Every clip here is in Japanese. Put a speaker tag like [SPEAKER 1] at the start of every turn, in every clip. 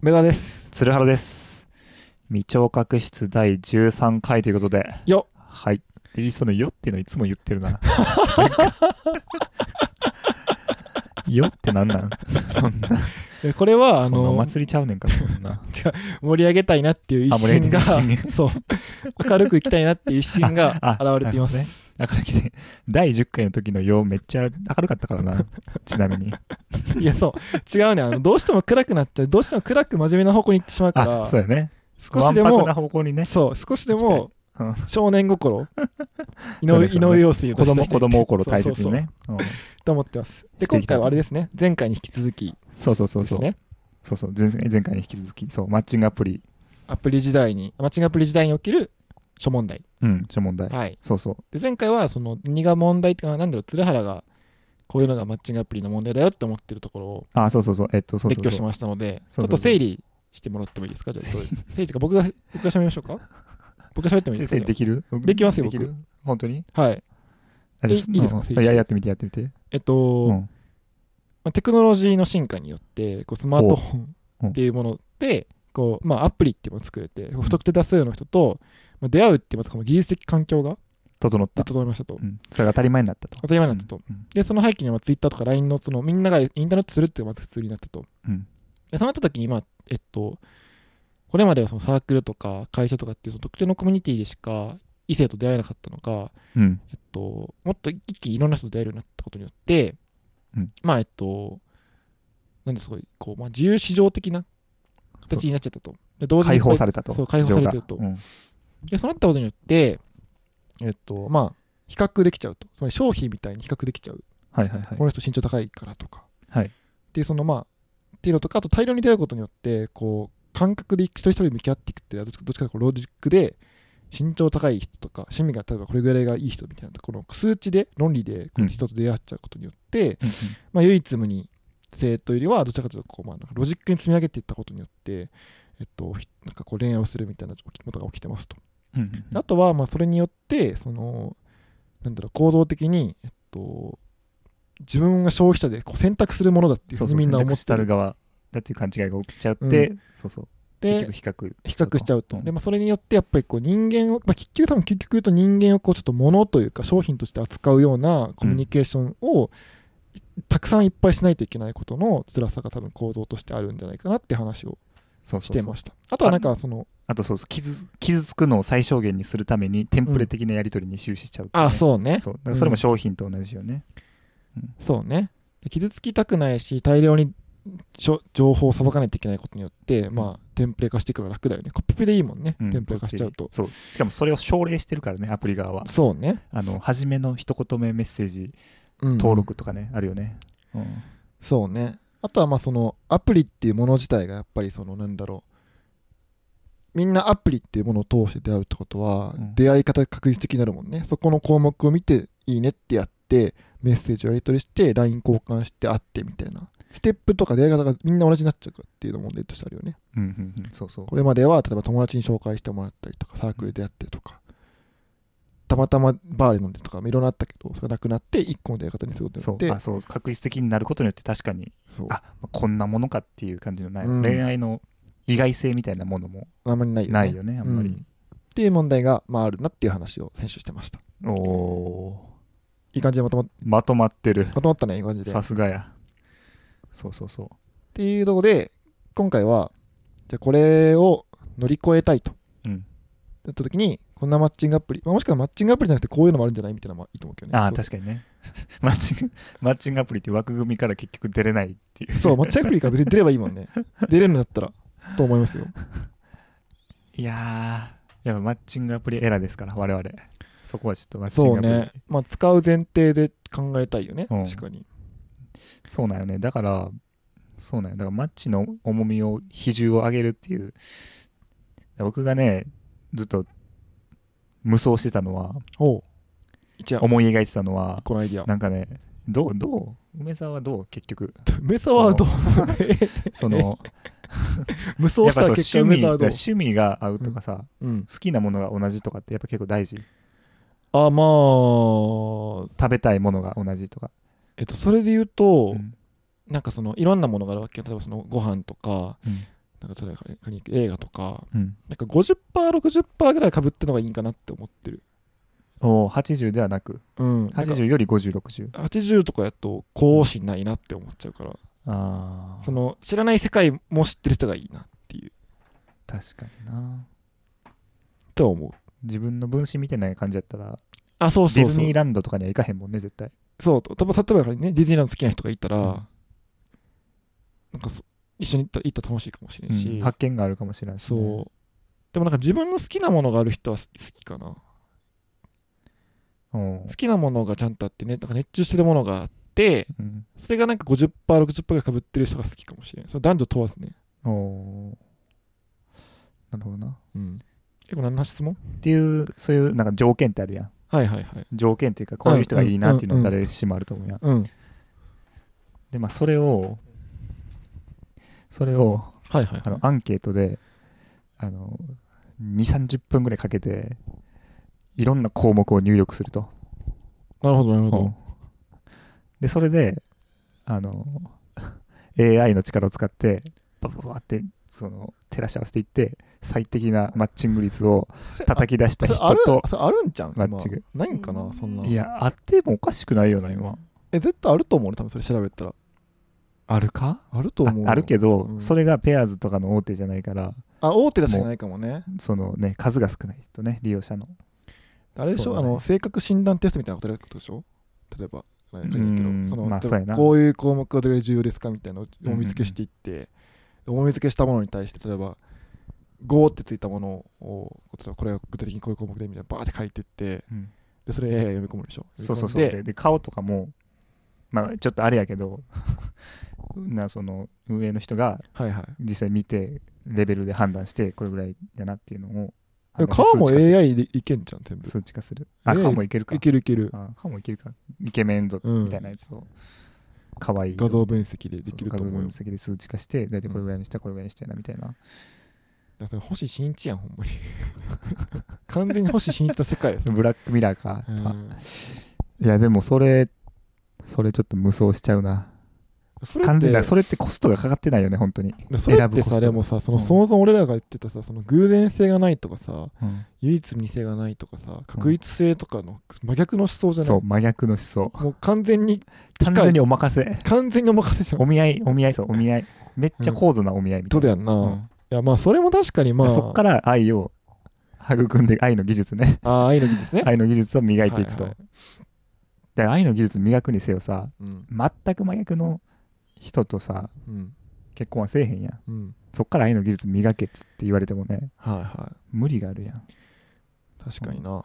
[SPEAKER 1] 梅田です。
[SPEAKER 2] 鶴原です未聴覚室第13回ということで
[SPEAKER 1] よ
[SPEAKER 2] はいいいその「よ」っていうのいつも言って るなよってなんなんそんな
[SPEAKER 1] えこれは、あ
[SPEAKER 2] そんなお
[SPEAKER 1] の、
[SPEAKER 2] 祭りちゃうねんからそんな
[SPEAKER 1] 盛り上げたいなっていう一
[SPEAKER 2] あ盛り上
[SPEAKER 1] 心
[SPEAKER 2] げ
[SPEAKER 1] が
[SPEAKER 2] たい一、
[SPEAKER 1] そう、明るくいきたいなっていう一心が
[SPEAKER 2] ああ
[SPEAKER 1] 現れています。
[SPEAKER 2] なるだから来て第10回の時の「よ」めっちゃ明るかったか らなちなみに
[SPEAKER 1] いや、そう、違うね。あのどうしても暗くなっちゃう。どうしても暗く真面目な方向に行ってしまうか
[SPEAKER 2] あ
[SPEAKER 1] ら
[SPEAKER 2] そ、うだよね
[SPEAKER 1] 少しで
[SPEAKER 2] わんぱくな
[SPEAKER 1] も、
[SPEAKER 2] 方向にね
[SPEAKER 1] そう、少しでも
[SPEAKER 2] うん、
[SPEAKER 1] 少年 心、井
[SPEAKER 2] そう
[SPEAKER 1] 上
[SPEAKER 2] でしょうね
[SPEAKER 1] 井上陽水を
[SPEAKER 2] 子
[SPEAKER 1] 出した
[SPEAKER 2] 供
[SPEAKER 1] い
[SPEAKER 2] 子供心を大切
[SPEAKER 1] そう
[SPEAKER 2] に
[SPEAKER 1] そう
[SPEAKER 2] ねうん
[SPEAKER 1] そうと思ってます。で、
[SPEAKER 2] して
[SPEAKER 1] 今
[SPEAKER 2] いきたい
[SPEAKER 1] 回はあれですね、前回に引き続き
[SPEAKER 2] そうそうそう
[SPEAKER 1] です
[SPEAKER 2] そう
[SPEAKER 1] ね、
[SPEAKER 2] そうそう前前回に引き続きそうマッチングアプリ
[SPEAKER 1] アプリ時代に、マッチングアプリ時代に起きる諸問題。
[SPEAKER 2] うん諸問題
[SPEAKER 1] はい。
[SPEAKER 2] そうそう
[SPEAKER 1] で前回はその何が問題っていうかなんだろう鶴原がこういうのがマッチングアプリの問題だよって思ってるところを
[SPEAKER 2] あそうそうそうえっとそう
[SPEAKER 1] 列
[SPEAKER 2] そう
[SPEAKER 1] 挙し
[SPEAKER 2] そう
[SPEAKER 1] ましたのでち
[SPEAKER 2] そ
[SPEAKER 1] ょっ
[SPEAKER 2] うそうそ
[SPEAKER 1] と
[SPEAKER 2] う
[SPEAKER 1] 整理してもらってもいいですかじゃあ どう整理というか僕が僕が喋りましょうか僕が喋ってもいいです
[SPEAKER 2] 先
[SPEAKER 1] か
[SPEAKER 2] 生できる
[SPEAKER 1] できますよ
[SPEAKER 2] できる本当に
[SPEAKER 1] はい
[SPEAKER 2] あ
[SPEAKER 1] い
[SPEAKER 2] じゃあ
[SPEAKER 1] いいですか
[SPEAKER 2] うん
[SPEAKER 1] 先
[SPEAKER 2] い
[SPEAKER 1] 生
[SPEAKER 2] ややってみてやってみて
[SPEAKER 1] えっと、
[SPEAKER 2] うん
[SPEAKER 1] まあ、テクノロジーの進化によってこうスマートフォ
[SPEAKER 2] お
[SPEAKER 1] ンっていうものでこう、まあ、アプリっていうものを作れて不特定多数の人と、まあ、出会うっていうまずこの技術的環境が
[SPEAKER 2] 整った
[SPEAKER 1] 整いましたと
[SPEAKER 2] うんそれが当たり前になったと
[SPEAKER 1] 当たり前になったと、
[SPEAKER 2] うん
[SPEAKER 1] でその背景には Twitter とか LINE のそのみんながインターネットするっていうのがまず普通になったと
[SPEAKER 2] うん
[SPEAKER 1] でそうなった時に、まあ、えっと、これまではそのサークルとか会社とかっていうその特定のコミュニティでしか異性と出会えなかったのが、
[SPEAKER 2] うん
[SPEAKER 1] えっと、もっと一気にいろんな人と出会えるようになったことによって、
[SPEAKER 2] うん
[SPEAKER 1] まあ、えっと、なんですごい、こう、まあ、自由市場的な形になっちゃったと。で同時に
[SPEAKER 2] 解放されたと
[SPEAKER 1] そう解放されてると
[SPEAKER 2] 市場がうん
[SPEAKER 1] でそうなったことによって、えっと、まあ、比較できちゃうと。つまり商品みたいに比較できちゃう。
[SPEAKER 2] はいはいはい
[SPEAKER 1] この人身長高いからとか。
[SPEAKER 2] はい
[SPEAKER 1] でそのまあっていうのとかあと大量に出会うことによってこう感覚で一人一人向き合っていくっていうどっちかどっちかというとこうロジックで身長高い人とか趣味が例えばこれぐらいがいい人みたいなとこの数値で論理でこ
[SPEAKER 2] う
[SPEAKER 1] うん人と出会っちゃうことによって、
[SPEAKER 2] うんうん
[SPEAKER 1] まあ、唯一無二性というよりはどちらかというとこう、まあ、なんかロジックに積み上げていったことによって、えっと、ひなんかこう恋愛をするみたいなことが起きてますと。
[SPEAKER 2] うんうんうん
[SPEAKER 1] あとは、まあ、それによって、その、なんだろう、行動的に、えっと、自分が消費者でこう選択するものだっていうふ
[SPEAKER 2] そうう
[SPEAKER 1] に
[SPEAKER 2] そう
[SPEAKER 1] みんな
[SPEAKER 2] 選
[SPEAKER 1] 思っ
[SPEAKER 2] 択
[SPEAKER 1] て
[SPEAKER 2] 肢た
[SPEAKER 1] る
[SPEAKER 2] る側だっていう勘違いが起きちゃってそうそう
[SPEAKER 1] で
[SPEAKER 2] 結局比較
[SPEAKER 1] 比較しちゃうと。
[SPEAKER 2] ん
[SPEAKER 1] で、まあ、それによってやっぱりこう人間を、まあ、結局多分結局言うと人間をこうちょっと物というか商品として扱うようなコミュニケーションを、たくさんいっぱいしないといけないことの辛さが多分構造としてあるんじゃないかなって話を
[SPEAKER 2] そう
[SPEAKER 1] し
[SPEAKER 2] そう
[SPEAKER 1] て
[SPEAKER 2] そう
[SPEAKER 1] ました。あとはなんかその、
[SPEAKER 2] あとそうそう傷傷つくのを最小限にするためにテンプレ的なやり取りに終始しちゃうってい
[SPEAKER 1] あ
[SPEAKER 2] ね
[SPEAKER 1] あ、そうね。
[SPEAKER 2] そうだからそれも商品と同じよね
[SPEAKER 1] そうね。で傷つきたくないし、大量にしょ情報をさばかないといけないことによって、まあ、テンプレ化していくのは楽だよね。コピペでいいもんね。
[SPEAKER 2] うん
[SPEAKER 1] テンプレ化しちゃうと。
[SPEAKER 2] そうしかもそれを奨励してるからねアプリ側は
[SPEAKER 1] そうね。
[SPEAKER 2] あの初めの一言目メッセージ
[SPEAKER 1] うん
[SPEAKER 2] 登録とかね、あるよね、うん
[SPEAKER 1] そうね。あとは、まあ、その、アプリっていうもの自体が、やっぱり、その、なんだろう。みんなアプリっていうものを通して出会うってことは、
[SPEAKER 2] うん
[SPEAKER 1] 出会い方が確実的になるもんね。そこの項目を見て、いいねってやって、メッセージをやり取りして、LINE 交換して、会ってみたいな。ステップとか出会い方がみんな同じになっちゃうからっていうのも問題としてあるよね。
[SPEAKER 2] うんうんうんそうそう
[SPEAKER 1] これまでは例えば友達に紹介してもらったりとかサークルでやってとかたまたまバーで飲んでとかいろいろあったけどそれがなくなって一個の出会い方にすることに
[SPEAKER 2] そ
[SPEAKER 1] よ
[SPEAKER 2] う
[SPEAKER 1] って
[SPEAKER 2] あそう確率的になることによって確かに
[SPEAKER 1] そう
[SPEAKER 2] あこんなものかっていう感じのない、
[SPEAKER 1] うん
[SPEAKER 2] 恋愛の意外性みたいなものも
[SPEAKER 1] あんまりないよね
[SPEAKER 2] ないよね、あんま
[SPEAKER 1] うん
[SPEAKER 2] り
[SPEAKER 1] っ、ていう問題が、まあ、あるなっていう話を選手してました
[SPEAKER 2] お
[SPEAKER 1] いい感じでまとまっ
[SPEAKER 2] ーまとまってる
[SPEAKER 1] まとまったねいい感じでっ
[SPEAKER 2] さすがやそうそうそう
[SPEAKER 1] ていうところで今回はじゃあこれを乗り越えたいと
[SPEAKER 2] うん、
[SPEAKER 1] なった時にこんなマッチングアプリ、まあ、もしくはマッチングアプリじゃなくてこういうのもあるんじゃないみたいなのもいいと思うけどね
[SPEAKER 2] ああ確かにね マッチングマッチングアプリっていう枠組みから結局出れないっていう
[SPEAKER 1] そうマッチングアプリから別に出ればいいもん ね出れるんだったらと思いますよ
[SPEAKER 2] いやーやっぱマッチングアプリエラーですから我々そこはちょっとマッチ
[SPEAKER 1] そ
[SPEAKER 2] ング
[SPEAKER 1] う
[SPEAKER 2] アプリ
[SPEAKER 1] ね。まあ、使う前提で考えたいよね。
[SPEAKER 2] うん
[SPEAKER 1] 確かに。
[SPEAKER 2] そうなんよね。だから、そうなんよ。だからマッチの重みを、比重を上げるっていう。僕がね、ずっと無双してたのは、
[SPEAKER 1] おう。一応、
[SPEAKER 2] 思い描いてたのは、
[SPEAKER 1] このアイディア。
[SPEAKER 2] なんかね、どう、どう梅沢はどう 結局、
[SPEAKER 1] 梅沢はどう
[SPEAKER 2] その、
[SPEAKER 1] 無双した結果、
[SPEAKER 2] やっぱ
[SPEAKER 1] 梅
[SPEAKER 2] そう趣
[SPEAKER 1] 沢は
[SPEAKER 2] 味が
[SPEAKER 1] どう
[SPEAKER 2] 趣味が合うとかさ、
[SPEAKER 1] うん。
[SPEAKER 2] 好きなものが同じとかってやっぱ結構大事。
[SPEAKER 1] あ、まあ、
[SPEAKER 2] 食べたいものが同じとか。
[SPEAKER 1] えっと、それで言うと、
[SPEAKER 2] うん
[SPEAKER 1] なんかその、いろんなものがあるわけよ。例えば、その、ご飯とか、
[SPEAKER 2] うん
[SPEAKER 1] なんか例えば仮に映画とか
[SPEAKER 2] うん、
[SPEAKER 1] なんか 50%60% ぐらいかぶってのがいいんかなって思ってる、
[SPEAKER 2] おー80ではなく
[SPEAKER 1] うん、なんか
[SPEAKER 2] 80より5060
[SPEAKER 1] 80とかやとこうしないなって思っちゃうから
[SPEAKER 2] あ
[SPEAKER 1] その知らない世界も知ってる人がいいなっていう
[SPEAKER 2] 確かにな
[SPEAKER 1] とは思う
[SPEAKER 2] 自分の分身みたいな感じだったら
[SPEAKER 1] あそうそ
[SPEAKER 2] デ
[SPEAKER 1] う
[SPEAKER 2] ィ
[SPEAKER 1] そう
[SPEAKER 2] ズニーランドとかには行かへんもんね絶対
[SPEAKER 1] そう例えば例えばねディズニーランド好きな人がいたら、
[SPEAKER 2] うん
[SPEAKER 1] なんかそ一緒に行った行ったら楽しいかもしれんし、
[SPEAKER 2] うん発見があるかもしれないし
[SPEAKER 1] そう
[SPEAKER 2] ね、
[SPEAKER 1] でもなんか自分の好きなものがある人は好きかな
[SPEAKER 2] お
[SPEAKER 1] 好
[SPEAKER 2] ー
[SPEAKER 1] きなものがちゃんとあってねなんか熱中してるものがあって
[SPEAKER 2] うん
[SPEAKER 1] それがなんか 50%60% ぐらいかぶってる人が好きかもしれないそれ男女問わずね、
[SPEAKER 2] おーなるほどな
[SPEAKER 1] うん、結構何の質問
[SPEAKER 2] っていうそういうなんか条件ってあるやん
[SPEAKER 1] はいはいはい
[SPEAKER 2] 条件っていうかこういう人がいいなっていうのは
[SPEAKER 1] うんうん
[SPEAKER 2] 誰しもあると思うやん
[SPEAKER 1] うん
[SPEAKER 2] でまあそれをそれを
[SPEAKER 1] はいはい
[SPEAKER 2] あ
[SPEAKER 1] はい
[SPEAKER 2] のアンケートであの2 3 0分ぐらいかけていろんな項目を入力すると、
[SPEAKER 1] なるほどなるほ
[SPEAKER 2] うんでそれであの AI の力を使ってババババってその照らし合わせていって最適なマッチング率を
[SPEAKER 1] ど
[SPEAKER 2] 叩き出した
[SPEAKER 1] そ
[SPEAKER 2] 人
[SPEAKER 1] れある
[SPEAKER 2] と
[SPEAKER 1] それあるんじゃん
[SPEAKER 2] マ
[SPEAKER 1] 今
[SPEAKER 2] ッチング
[SPEAKER 1] ないんかなそんない
[SPEAKER 2] やあってもおかしくないよな今
[SPEAKER 1] え絶対あると思うね多分それ調べたら
[SPEAKER 2] あるか
[SPEAKER 1] あると
[SPEAKER 2] あ
[SPEAKER 1] 思う
[SPEAKER 2] あるけど、
[SPEAKER 1] うん
[SPEAKER 2] それがペアーズとかの大手じゃないから
[SPEAKER 1] あ大手だしじゃないかもね
[SPEAKER 2] そのね数が少ないとね利用者の
[SPEAKER 1] あれでし
[SPEAKER 2] そう
[SPEAKER 1] ょ
[SPEAKER 2] だ
[SPEAKER 1] あ
[SPEAKER 2] ね
[SPEAKER 1] の性格診断テストみたいなことやることでしょ例えばなんかいいけど
[SPEAKER 2] うん
[SPEAKER 1] その
[SPEAKER 2] まあ
[SPEAKER 1] 例え
[SPEAKER 2] そ
[SPEAKER 1] ば
[SPEAKER 2] うやな
[SPEAKER 1] こういう項目がどれ重要ですかみたいなのを
[SPEAKER 2] んうん
[SPEAKER 1] お見つけしていって、お見つけしたものに対して例えば5ってついたものを例えばこれは具体的にこういう項目でみたいなバーって書いてって
[SPEAKER 2] うん
[SPEAKER 1] でそれ AI が読み込むでしょ
[SPEAKER 2] そうそうそうで
[SPEAKER 1] 読み込んで
[SPEAKER 2] で顔とかもまあちょっとあれやけど なその運営の人が
[SPEAKER 1] はいはい
[SPEAKER 2] 実際見てレベルで判断してこれぐらいやなっていうのを
[SPEAKER 1] でも顔も
[SPEAKER 2] 判断して
[SPEAKER 1] AI でいけんじゃん全部
[SPEAKER 2] 数値化する数値化するあ
[SPEAKER 1] AI
[SPEAKER 2] 顔もいけるか
[SPEAKER 1] いけるいける
[SPEAKER 2] あ顔もいけるかイケメン度
[SPEAKER 1] うん
[SPEAKER 2] みたいなやつを可愛い
[SPEAKER 1] 画像分析でできる
[SPEAKER 2] 画
[SPEAKER 1] と
[SPEAKER 2] 像
[SPEAKER 1] 思う
[SPEAKER 2] 分
[SPEAKER 1] よ
[SPEAKER 2] 析で数値化して大体これぐらいの人はこれぐらいの人やなみたいな
[SPEAKER 1] だからそれ星新一やんほん まに完全に星新一の世界や
[SPEAKER 2] ブラックミラーか
[SPEAKER 1] う、ん
[SPEAKER 2] いやでもそれそれちょっと無双しちゃうな
[SPEAKER 1] それって
[SPEAKER 2] 完全だそれってコストがかかってないよね本当に、
[SPEAKER 1] でそれ
[SPEAKER 2] 選
[SPEAKER 1] っ
[SPEAKER 2] ぶ
[SPEAKER 1] て
[SPEAKER 2] コスト
[SPEAKER 1] さでもさその
[SPEAKER 2] うん
[SPEAKER 1] 想像俺らが言ってたさその偶然性がないとかさ唯一無二性がないとかさ確一性とかの真逆の思想じゃない、
[SPEAKER 2] そう真逆の思想
[SPEAKER 1] もう完全に
[SPEAKER 2] 完全にお任せ
[SPEAKER 1] 完全にお任せじゃん
[SPEAKER 2] お見合いお見合いそうお見合いめっちゃ高度なお見合いみた
[SPEAKER 1] と
[SPEAKER 2] い
[SPEAKER 1] だ
[SPEAKER 2] な、
[SPEAKER 1] よんな、
[SPEAKER 2] うん
[SPEAKER 1] いやまあそれも確かにまあ
[SPEAKER 2] そっから愛を育んで愛の技術ね
[SPEAKER 1] ああ愛の技術ね
[SPEAKER 2] 愛の技術を磨いていくと、
[SPEAKER 1] はいは
[SPEAKER 2] で愛の技術磨くにせよさ
[SPEAKER 1] うん
[SPEAKER 2] 全く真逆の人とさ
[SPEAKER 1] うん
[SPEAKER 2] 結婚はせえへんやん
[SPEAKER 1] うん
[SPEAKER 2] そっから愛の技術磨けっつって言われてもね
[SPEAKER 1] はいは
[SPEAKER 2] 無理があるや
[SPEAKER 1] い
[SPEAKER 2] ん
[SPEAKER 1] 確かにな、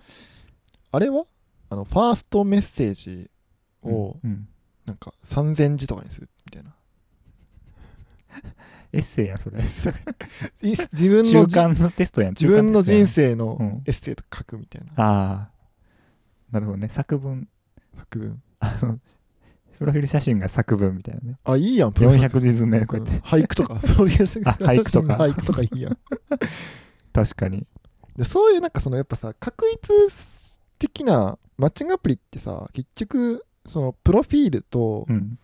[SPEAKER 1] あれはあのファーストメッセージを
[SPEAKER 2] うんうん
[SPEAKER 1] なんか3000字とかにするみたいな、
[SPEAKER 2] エッセイやんそれ
[SPEAKER 1] い自分の
[SPEAKER 2] 中
[SPEAKER 1] じ
[SPEAKER 2] 間のテストやん
[SPEAKER 1] 自分の
[SPEAKER 2] 中
[SPEAKER 1] 人
[SPEAKER 2] 間テスト
[SPEAKER 1] 生
[SPEAKER 2] う
[SPEAKER 1] の
[SPEAKER 2] ん
[SPEAKER 1] エッセイとか書くみたいな
[SPEAKER 2] やんああなるほどね作文
[SPEAKER 1] 作文
[SPEAKER 2] あのプロフィール写真が作文みたいなね
[SPEAKER 1] あ、いいやん、プロフィール
[SPEAKER 2] 400字詰めこうやって、
[SPEAKER 1] うん俳句 とか、プロフィール写真
[SPEAKER 2] あ俳句とか
[SPEAKER 1] 俳句とかいいやん。
[SPEAKER 2] 確かに
[SPEAKER 1] で、そういうなんかそのやっぱさ、確率的なマッチングアプリってさ、結局、そのプロフィールと
[SPEAKER 2] うん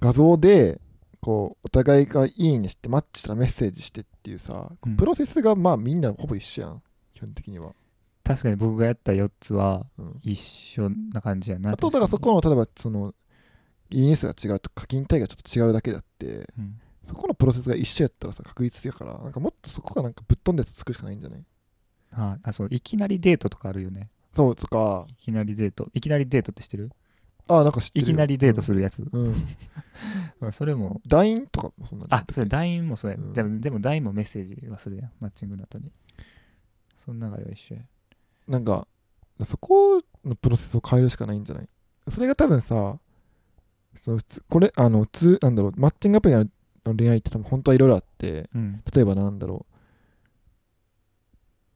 [SPEAKER 1] 画像で、こう、お互いがいいねして、マッチしたらメッセージしてっていうさ、
[SPEAKER 2] うん
[SPEAKER 1] プロセスがまあみんなほぼ一緒やん、基本的には。
[SPEAKER 2] 確かに僕がやった4つは
[SPEAKER 1] うん、
[SPEAKER 2] 一緒な感じやな
[SPEAKER 1] あと、だからそこの、例えばその、いいね数が違うと課金単位がちょっと違うだけだって、
[SPEAKER 2] うん
[SPEAKER 1] そこのプロセスが一緒やったらさ、確率やから、なんかもっとそこがなんかぶっ飛んでつくしかないんじゃない
[SPEAKER 2] ああそういきなりデートとかあるよね
[SPEAKER 1] そうとか、
[SPEAKER 2] いきなりデートいきなりデートって知ってる
[SPEAKER 1] あ、なんか知って
[SPEAKER 2] い
[SPEAKER 1] るよ。
[SPEAKER 2] きなりデートするやつ、
[SPEAKER 1] うん。
[SPEAKER 2] まあそれも
[SPEAKER 1] LINE とかもそんなんだ
[SPEAKER 2] あ
[SPEAKER 1] っけ
[SPEAKER 2] それ LINE もそうや、
[SPEAKER 1] うん
[SPEAKER 2] でもでも LINE もメッセージはするやんマッチングの後にその流れは一緒や
[SPEAKER 1] なんか、そこのプロセスを変えるしかないんじゃないそれが多分さ、その普通、これ、あの、普通、なんだろう、マッチングアプリの恋愛って多分本当はいろいろあって、
[SPEAKER 2] うん
[SPEAKER 1] 例えばなんだろ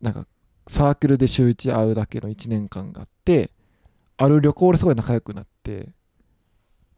[SPEAKER 1] う、なんか、サークルで週1会うだけの1年間があって、ある旅行ですごい仲良くなって、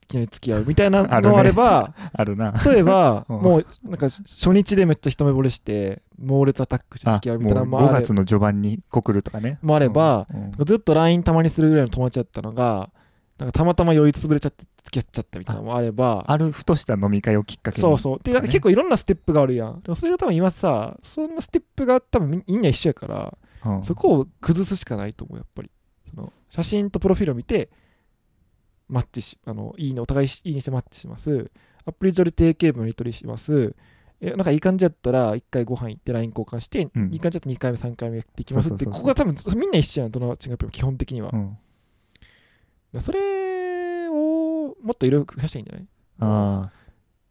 [SPEAKER 1] いきなり付き合うみたいな
[SPEAKER 2] あるね
[SPEAKER 1] のあれば、
[SPEAKER 2] あるな
[SPEAKER 1] 例えば、
[SPEAKER 2] うん
[SPEAKER 1] もうなんか初日でめっちゃ一目惚れして猛烈アタックして
[SPEAKER 2] あ
[SPEAKER 1] 付き合うみ
[SPEAKER 2] も
[SPEAKER 1] たいうなのも
[SPEAKER 2] 5
[SPEAKER 1] あれ
[SPEAKER 2] 月の序盤に告るとかね
[SPEAKER 1] もあれば
[SPEAKER 2] うんうん
[SPEAKER 1] ずっと LINE たまにするぐらいの友達だったのがなんかたまたま酔いつぶれちゃって付き合っちゃったみたいなのもあれば
[SPEAKER 2] あるふとした飲み会をきっかけに
[SPEAKER 1] そうそうでなんか結構いろんなステップがあるやんでもそれが多分今さそんなステップが多分みんみんな一緒やから
[SPEAKER 2] うん、
[SPEAKER 1] そこを崩すしかないと思うやっぱりその写真とプロフィールを見てマッチしあのいいねお互いしいいねしてマッチしますアプリ上で定型文のやり取りしますえなんかいい感じだったら1回ご飯行って LINE 交換して、
[SPEAKER 2] うん
[SPEAKER 1] いい感じだったら2回目3回目やっていきますって
[SPEAKER 2] そ
[SPEAKER 1] こ
[SPEAKER 2] うそうそうそう
[SPEAKER 1] こが多分みんな一緒やんどのマッチングアプリも基本的には、
[SPEAKER 2] うん
[SPEAKER 1] それをもっといろいろ増やしたらいいんじゃない
[SPEAKER 2] あ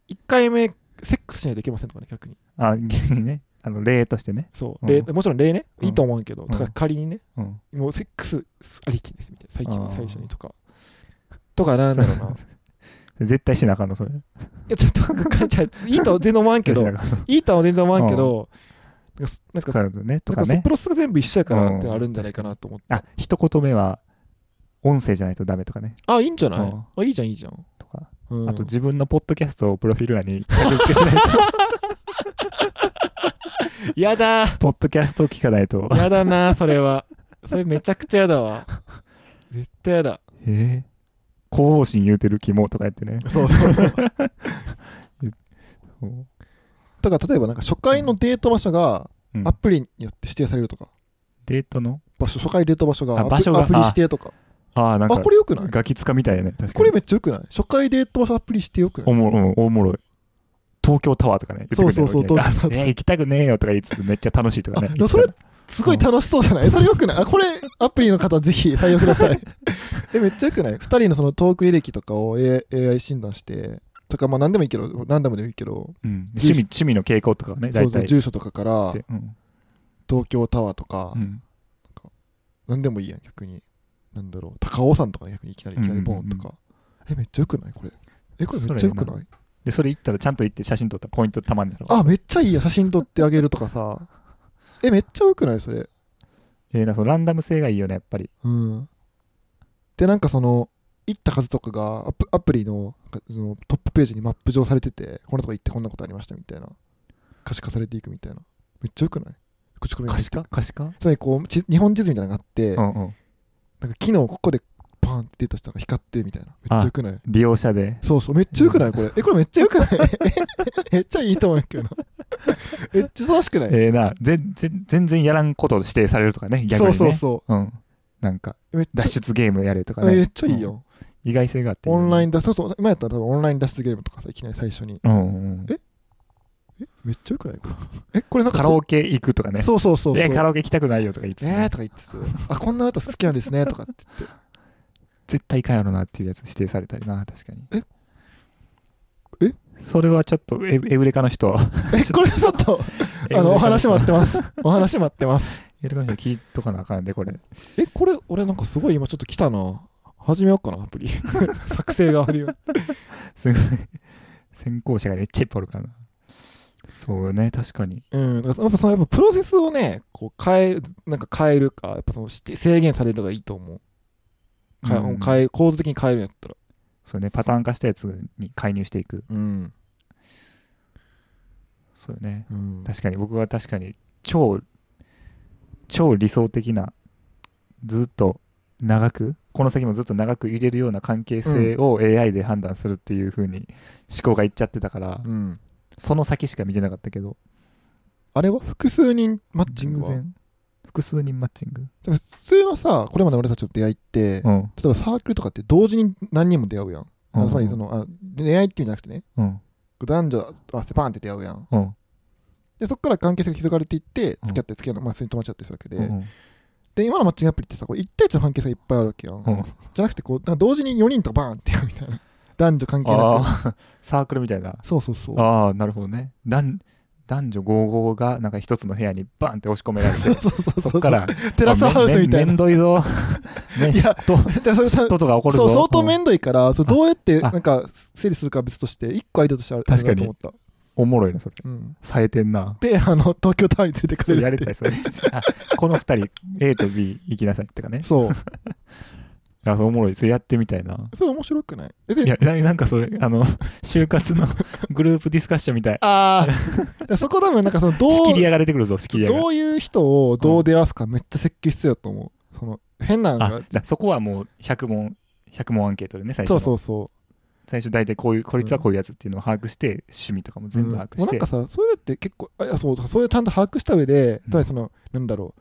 [SPEAKER 1] 1回目セックスしないといけませんとかね逆に
[SPEAKER 2] ーあ逆にねあの例としてね、
[SPEAKER 1] そう、
[SPEAKER 2] うん
[SPEAKER 1] 例もちろん例ね、
[SPEAKER 2] うん
[SPEAKER 1] いいと思うけど、
[SPEAKER 2] ん
[SPEAKER 1] だから仮にね
[SPEAKER 2] うん、
[SPEAKER 1] もうセックスありきですみたいな最
[SPEAKER 2] あ
[SPEAKER 1] 近
[SPEAKER 2] ー
[SPEAKER 1] 最初にとかとかなんだろうない
[SPEAKER 2] 絶対しなあかんのそれ
[SPEAKER 1] やちょっとなんかじゃあいいとは全然思わんけ
[SPEAKER 2] 絶対
[SPEAKER 1] ど
[SPEAKER 2] しなあかんの
[SPEAKER 1] いいとは全然思わんけどなんかなんか
[SPEAKER 2] とかねと
[SPEAKER 1] な
[SPEAKER 2] か
[SPEAKER 1] んか
[SPEAKER 2] ね
[SPEAKER 1] プロスが全部一緒やから
[SPEAKER 2] うん
[SPEAKER 1] ってあるんじゃないかなと思って、
[SPEAKER 2] あ一言目は音声じゃないとダメとかね
[SPEAKER 1] あいいんじゃない、
[SPEAKER 2] うん
[SPEAKER 1] あいいじゃんいいじゃん、
[SPEAKER 2] とか、
[SPEAKER 1] うん
[SPEAKER 2] あと自分のポッドキャストをプロフィール欄に 書き付けしないと
[SPEAKER 1] やだ ー
[SPEAKER 2] ポッドキャストを聞かないと
[SPEAKER 1] やだなーそれはそれめちゃくちゃやだわ絶対やだ
[SPEAKER 2] えー、広報心言うてる気もとかやってね
[SPEAKER 1] そうそうそう
[SPEAKER 2] そう
[SPEAKER 1] だから例えばなんか初回のデート場所が
[SPEAKER 2] うん
[SPEAKER 1] アプリによって指定されるとか、
[SPEAKER 2] デートの
[SPEAKER 1] 場所初回デート場所が
[SPEAKER 2] あ
[SPEAKER 1] アプ
[SPEAKER 2] 場所が
[SPEAKER 1] アプリ指定とか
[SPEAKER 2] ああな
[SPEAKER 1] あ
[SPEAKER 2] んか
[SPEAKER 1] これよくない
[SPEAKER 2] ガキつかみたいやね確かに
[SPEAKER 1] これめっちゃよくない初回デート場所アプリしてよくない
[SPEAKER 2] おもろうんおもろい東京タワーとかね言ってくれ
[SPEAKER 1] そうそうそう
[SPEAKER 2] るわけね
[SPEAKER 1] 東京タワー
[SPEAKER 2] あえー行きたくねえよとか言いつつめっちゃ楽しいとかね
[SPEAKER 1] あでもそれすごい楽しそうじ ゃないそれよくないあこれアプリの方ぜひ採用ください えめっちゃよくない2人のそのトーク履歴とかを A- AI 診断してとかまあ何でもいいけどランダムでもいいけど
[SPEAKER 2] うん趣味趣味の傾向とかはね
[SPEAKER 1] そ
[SPEAKER 2] 大
[SPEAKER 1] うそう
[SPEAKER 2] 体
[SPEAKER 1] 住所とかから
[SPEAKER 2] でうん
[SPEAKER 1] 東京タワーとか、
[SPEAKER 2] うん
[SPEAKER 1] 何でもいいやん逆になんだろう高尾山とかね逆にいきなりいきなりボーンとか、えめっちゃよくないこれえこれめっちゃよく
[SPEAKER 2] そ
[SPEAKER 1] ない
[SPEAKER 2] でそれ行ったらちゃんと行って写真撮ったらポイントたまんだろ
[SPEAKER 1] あめっちゃいいや写真撮ってあげるとかさえめっちゃよくないそれ
[SPEAKER 2] えーなそのランダム性がいいよねやっぱり
[SPEAKER 1] うんでなんかその行った数とかがアプアプリのなんかそのトップページにマップ上されててこんなとこ行ってこんなことありましたみたいな可視化されていくみたいなめっちゃよくない口コミが
[SPEAKER 2] 可
[SPEAKER 1] 入っ
[SPEAKER 2] 視
[SPEAKER 1] て
[SPEAKER 2] 化可視化
[SPEAKER 1] つまりこう地日本地図みたいなのがあって、
[SPEAKER 2] うんうん
[SPEAKER 1] なんか昨日ここでパーンってデータしたのが光ってるみたいなめっちゃよくない
[SPEAKER 2] 利用者で
[SPEAKER 1] そうそう、めっちゃよくないこれ。え、これめっちゃよくない めっちゃいいと思うけどな。めっちゃ楽しくない
[SPEAKER 2] えーな全全全然やらんことを指定されるとかね逆に
[SPEAKER 1] そ
[SPEAKER 2] ね
[SPEAKER 1] うそうそう
[SPEAKER 2] うんなんか
[SPEAKER 1] う。めっち
[SPEAKER 2] 脱出ゲームやれとか
[SPEAKER 1] ゃ、えめ
[SPEAKER 2] ね
[SPEAKER 1] っちゃいいよ。
[SPEAKER 2] 意外性があって
[SPEAKER 1] オンライ
[SPEAKER 2] ン
[SPEAKER 1] ン脱出、そうそう、今やったら多分オンライン脱出ゲームとかさ、いきなり最初に。
[SPEAKER 2] うんうんうん
[SPEAKER 1] え、めっちゃよくないこれ。え、これなんか
[SPEAKER 2] カラオケ行くとかね
[SPEAKER 1] そうそうそうそう。
[SPEAKER 2] えーカ
[SPEAKER 1] オ
[SPEAKER 2] ラオケ行きたくないよとか言って
[SPEAKER 1] えーとか言ってさ、あ、こんな歌好きなんですねとかって言っ
[SPEAKER 2] 絶対いかんやろなっていうやつ指定されたりな確かに
[SPEAKER 1] ええ
[SPEAKER 2] それはちょっとエエウレカの人あ
[SPEAKER 1] て。え、これちょっと、あの、お話待ってます。お話待って ます。
[SPEAKER 2] エウレカの人聞いとかなあかんでこれ
[SPEAKER 1] え、これ、俺なんかすごい今ちょっと来たな。始めようかな、アプリ。 作成があるよ。
[SPEAKER 2] すごい先行者がめっちゃいっぱいおるからなそうよね確かに
[SPEAKER 1] うん、だからやっぱそのやっぱプロセスをね、こう変える、なんか変えるか、やっぱそのして制限されるのがいいと思う。変え
[SPEAKER 2] うん
[SPEAKER 1] 変え構図的に変えるんやったら。
[SPEAKER 2] そうねパターン化したやつに介入していく
[SPEAKER 1] うん。
[SPEAKER 2] そうよね
[SPEAKER 1] うん、
[SPEAKER 2] 確かに僕は確かに超超理想的なずっと長くこの先もずっと長く入れるような関係性を AI で判断するっていう風に思考がいっちゃってたから、
[SPEAKER 1] うん
[SPEAKER 2] その先しか見てなかったけど
[SPEAKER 1] あれは複数人マッチングは
[SPEAKER 2] 偶然複数人マッチング、
[SPEAKER 1] でも普通のさ、これまで俺たちの出会いって、例
[SPEAKER 2] ん
[SPEAKER 1] えばサークルとかって同時に何人も出会うやん。あのつまりそのあ恋愛っていうんじゃなくてね、
[SPEAKER 2] うん
[SPEAKER 1] 男女合わせてパーンって出会うやん。
[SPEAKER 2] うん
[SPEAKER 1] で、そこから関係性が広がれていって、
[SPEAKER 2] うん
[SPEAKER 1] 付き合って付き合うの、まあ、普通に友達だったりするわけで、
[SPEAKER 2] うん
[SPEAKER 1] で、今のマッチングアプリってさ、こう一対一の関係性がいっぱいあるわけやん。
[SPEAKER 2] うん
[SPEAKER 1] じゃなくてこうなんか同時に4人とかバーンってやるみたいな男女関係な
[SPEAKER 2] ああサークルみたいな
[SPEAKER 1] くそうそうそう
[SPEAKER 2] ああなるほどね男男女55がなんか一つの部屋にバンって押し込められて
[SPEAKER 1] そうそうそう
[SPEAKER 2] そっから
[SPEAKER 1] テラスハウスみたい
[SPEAKER 2] あ
[SPEAKER 1] な
[SPEAKER 2] めんめ
[SPEAKER 1] ん
[SPEAKER 2] どいぞ ね
[SPEAKER 1] いや
[SPEAKER 2] 嫉妬
[SPEAKER 1] だからそれ
[SPEAKER 2] 嫉
[SPEAKER 1] そ
[SPEAKER 2] 妬とか起こるぞ
[SPEAKER 1] う相当面倒いからそれどうやって
[SPEAKER 2] あ
[SPEAKER 1] なんか整理するかは別として1個アイデアとしてある
[SPEAKER 2] 確かに
[SPEAKER 1] あるなと思っ
[SPEAKER 2] おもろいなそれ
[SPEAKER 1] た、うん、
[SPEAKER 2] 冴えてんな
[SPEAKER 1] であの東京タワーに連れてく
[SPEAKER 2] そ
[SPEAKER 1] れ
[SPEAKER 2] れ
[SPEAKER 1] る
[SPEAKER 2] や
[SPEAKER 1] って
[SPEAKER 2] りたい それあこの二人 A と B 行きなさいってかね
[SPEAKER 1] そう
[SPEAKER 2] あそうおもろいそれやってみたいな
[SPEAKER 1] それ面白くないえで
[SPEAKER 2] いやななんかそれあの就活の グループディスカッションみたい
[SPEAKER 1] ああそこ多分なんかそのどう
[SPEAKER 2] 仕切り上がれてくるぞ仕切り上が
[SPEAKER 1] どういう人をどう出会わすかめっちゃ設計必要だと思うその変なの
[SPEAKER 2] あ
[SPEAKER 1] が
[SPEAKER 2] だそこはもう100問100問アンケートでね最初
[SPEAKER 1] そ
[SPEAKER 2] の
[SPEAKER 1] うそうそう
[SPEAKER 2] 最初大体こういうこいつはこういうやつっていうのを把握して、趣味とかも全部把握
[SPEAKER 1] うんも
[SPEAKER 2] し
[SPEAKER 1] う
[SPEAKER 2] て、
[SPEAKER 1] なんかさそういうのって結構あいやそうそういうちゃんと把握した上で
[SPEAKER 2] うん
[SPEAKER 1] つまりその、なんだろ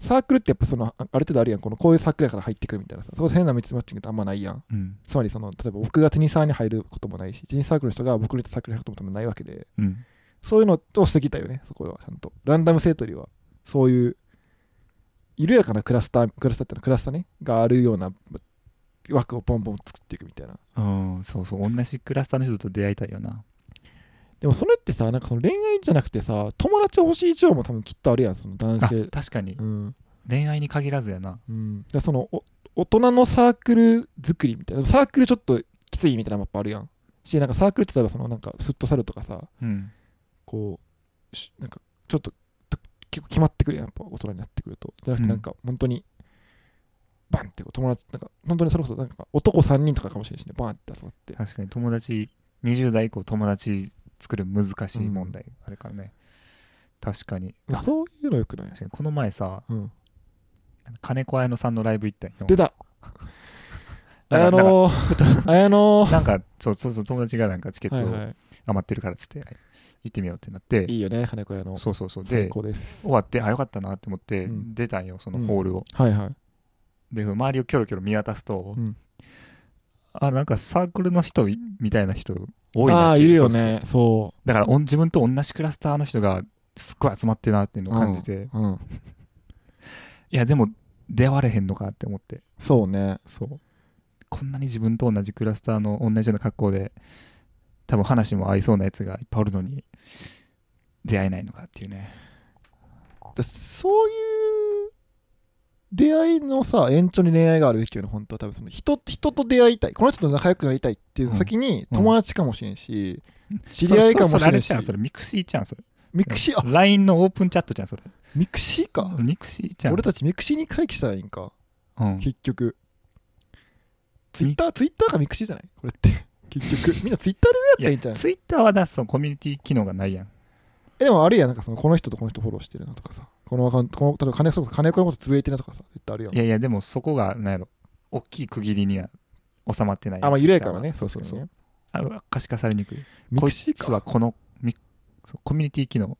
[SPEAKER 1] うサークルってやっぱそのあある程度あるやんこのこういうサークルやから入ってくるみたいなさそこで変なミスマッチングってあんまないやん
[SPEAKER 2] うん
[SPEAKER 1] つまりその例えば僕がテニサーに入ることもないしテニスサークルの人が僕のサークルに入ることも多分ないわけで
[SPEAKER 2] うん、
[SPEAKER 1] そういうのをしてきたよねそこはちゃんとランダム性というよりはそういう緩やかなクラスタークラスターっていうのはクラスターねがあるような枠をボンボン作っていくみたいな
[SPEAKER 2] うん、そうそう同じクラスターの人と出会いたいよな
[SPEAKER 1] でもそれってさなんかその恋愛じゃなくてさ友達欲しい情も多分きっとあるやんその男
[SPEAKER 2] あ
[SPEAKER 1] 性
[SPEAKER 2] 確かに
[SPEAKER 1] うん
[SPEAKER 2] 恋愛に限らずやな
[SPEAKER 1] うんだからそのお大人のサークル作りみたいなサークルちょっときついみたいなのもやっぱあるやんしなんかサークルって例えばそのなんかフットサルとかさ
[SPEAKER 2] うん
[SPEAKER 1] こうしなんかちょっとと結構決まってくるやんやっぱ大人になってくるとじゃなく
[SPEAKER 2] う
[SPEAKER 1] て
[SPEAKER 2] ん
[SPEAKER 1] なんか本当にバンってこう友達なんか本当にそれこそなんか男3人とかかもしれないしねバンって集まって
[SPEAKER 2] 確かに友達20代以降友達作る難しい問題、あれからね確かにあ
[SPEAKER 1] そういうのよくない
[SPEAKER 2] 確かにこの前さ
[SPEAKER 1] うん
[SPEAKER 2] 金子綾乃さんのライブ行ったんよ
[SPEAKER 1] 出た
[SPEAKER 2] だ
[SPEAKER 1] 綾
[SPEAKER 2] から
[SPEAKER 1] 野綾野
[SPEAKER 2] なんかそうそうそう友達がなんかチケッ
[SPEAKER 1] はい
[SPEAKER 2] ト
[SPEAKER 1] は
[SPEAKER 2] 余ってるからっつって、行ってみようってなって
[SPEAKER 1] い、いいよね金子屋の
[SPEAKER 2] そうそうそう
[SPEAKER 1] 最
[SPEAKER 2] で
[SPEAKER 1] 高です
[SPEAKER 2] 終わってあよかったなって思って
[SPEAKER 1] うん
[SPEAKER 2] 出たんよそのホールを、
[SPEAKER 1] はいはい
[SPEAKER 2] で周りをキョロキョロ見渡すと、
[SPEAKER 1] うん
[SPEAKER 2] あなんかサークルの人いみたいな人多いな
[SPEAKER 1] ああ
[SPEAKER 2] って
[SPEAKER 1] ー
[SPEAKER 2] う
[SPEAKER 1] いるよ
[SPEAKER 2] そうそう
[SPEAKER 1] ねそ
[SPEAKER 2] だからおん自分と同じクラスターの人がすっごい集まってるなっていうのを感じて、いう
[SPEAKER 1] うん
[SPEAKER 2] やでも出会われへんのかって思って
[SPEAKER 1] そうね
[SPEAKER 2] そうこんなに自分と同じクラスターの同じような格好で多分話も合いそうなやつがいっぱいおるのに出会えないのかっていうね
[SPEAKER 1] だそういう出会いのさ延長に恋愛があるべきよね本当は多分その人人と出会いたいこの人と仲良くなりたいっていう先に
[SPEAKER 2] うん
[SPEAKER 1] 友達かもしれんし、知り合いかもしれんし
[SPEAKER 2] そそそあちゃんそれミクシーちゃんそれ
[SPEAKER 1] ミクシーあ
[SPEAKER 2] LINE のオープンチャットじゃんそれ
[SPEAKER 1] ミクシーか
[SPEAKER 2] ミクシーちゃん
[SPEAKER 1] 俺たちミクシーに回帰したらいいんか
[SPEAKER 2] うん
[SPEAKER 1] 結局ツイッターツイッターかミクシーじゃないこれって結局みんなツイッターでやったらいいんじゃない
[SPEAKER 2] ツイッターはだそのコミュニティ機能がないやん
[SPEAKER 1] えでもあるやんなんかそのこの人とこの人フォローしてるなとかさこのアカウントこの例えば金子の金子のことつぶやいてるなとかさ絶対あるやん
[SPEAKER 2] いやいやでもそこがなんやろ大きい区切りには収まってない
[SPEAKER 1] あまあ緩やかなね
[SPEAKER 2] そうそうそう、
[SPEAKER 1] 確
[SPEAKER 2] あ可視化されに
[SPEAKER 1] か
[SPEAKER 2] くい
[SPEAKER 1] にねミクシー
[SPEAKER 2] こいつ
[SPEAKER 1] か
[SPEAKER 2] はこのミそうコミュニティ機能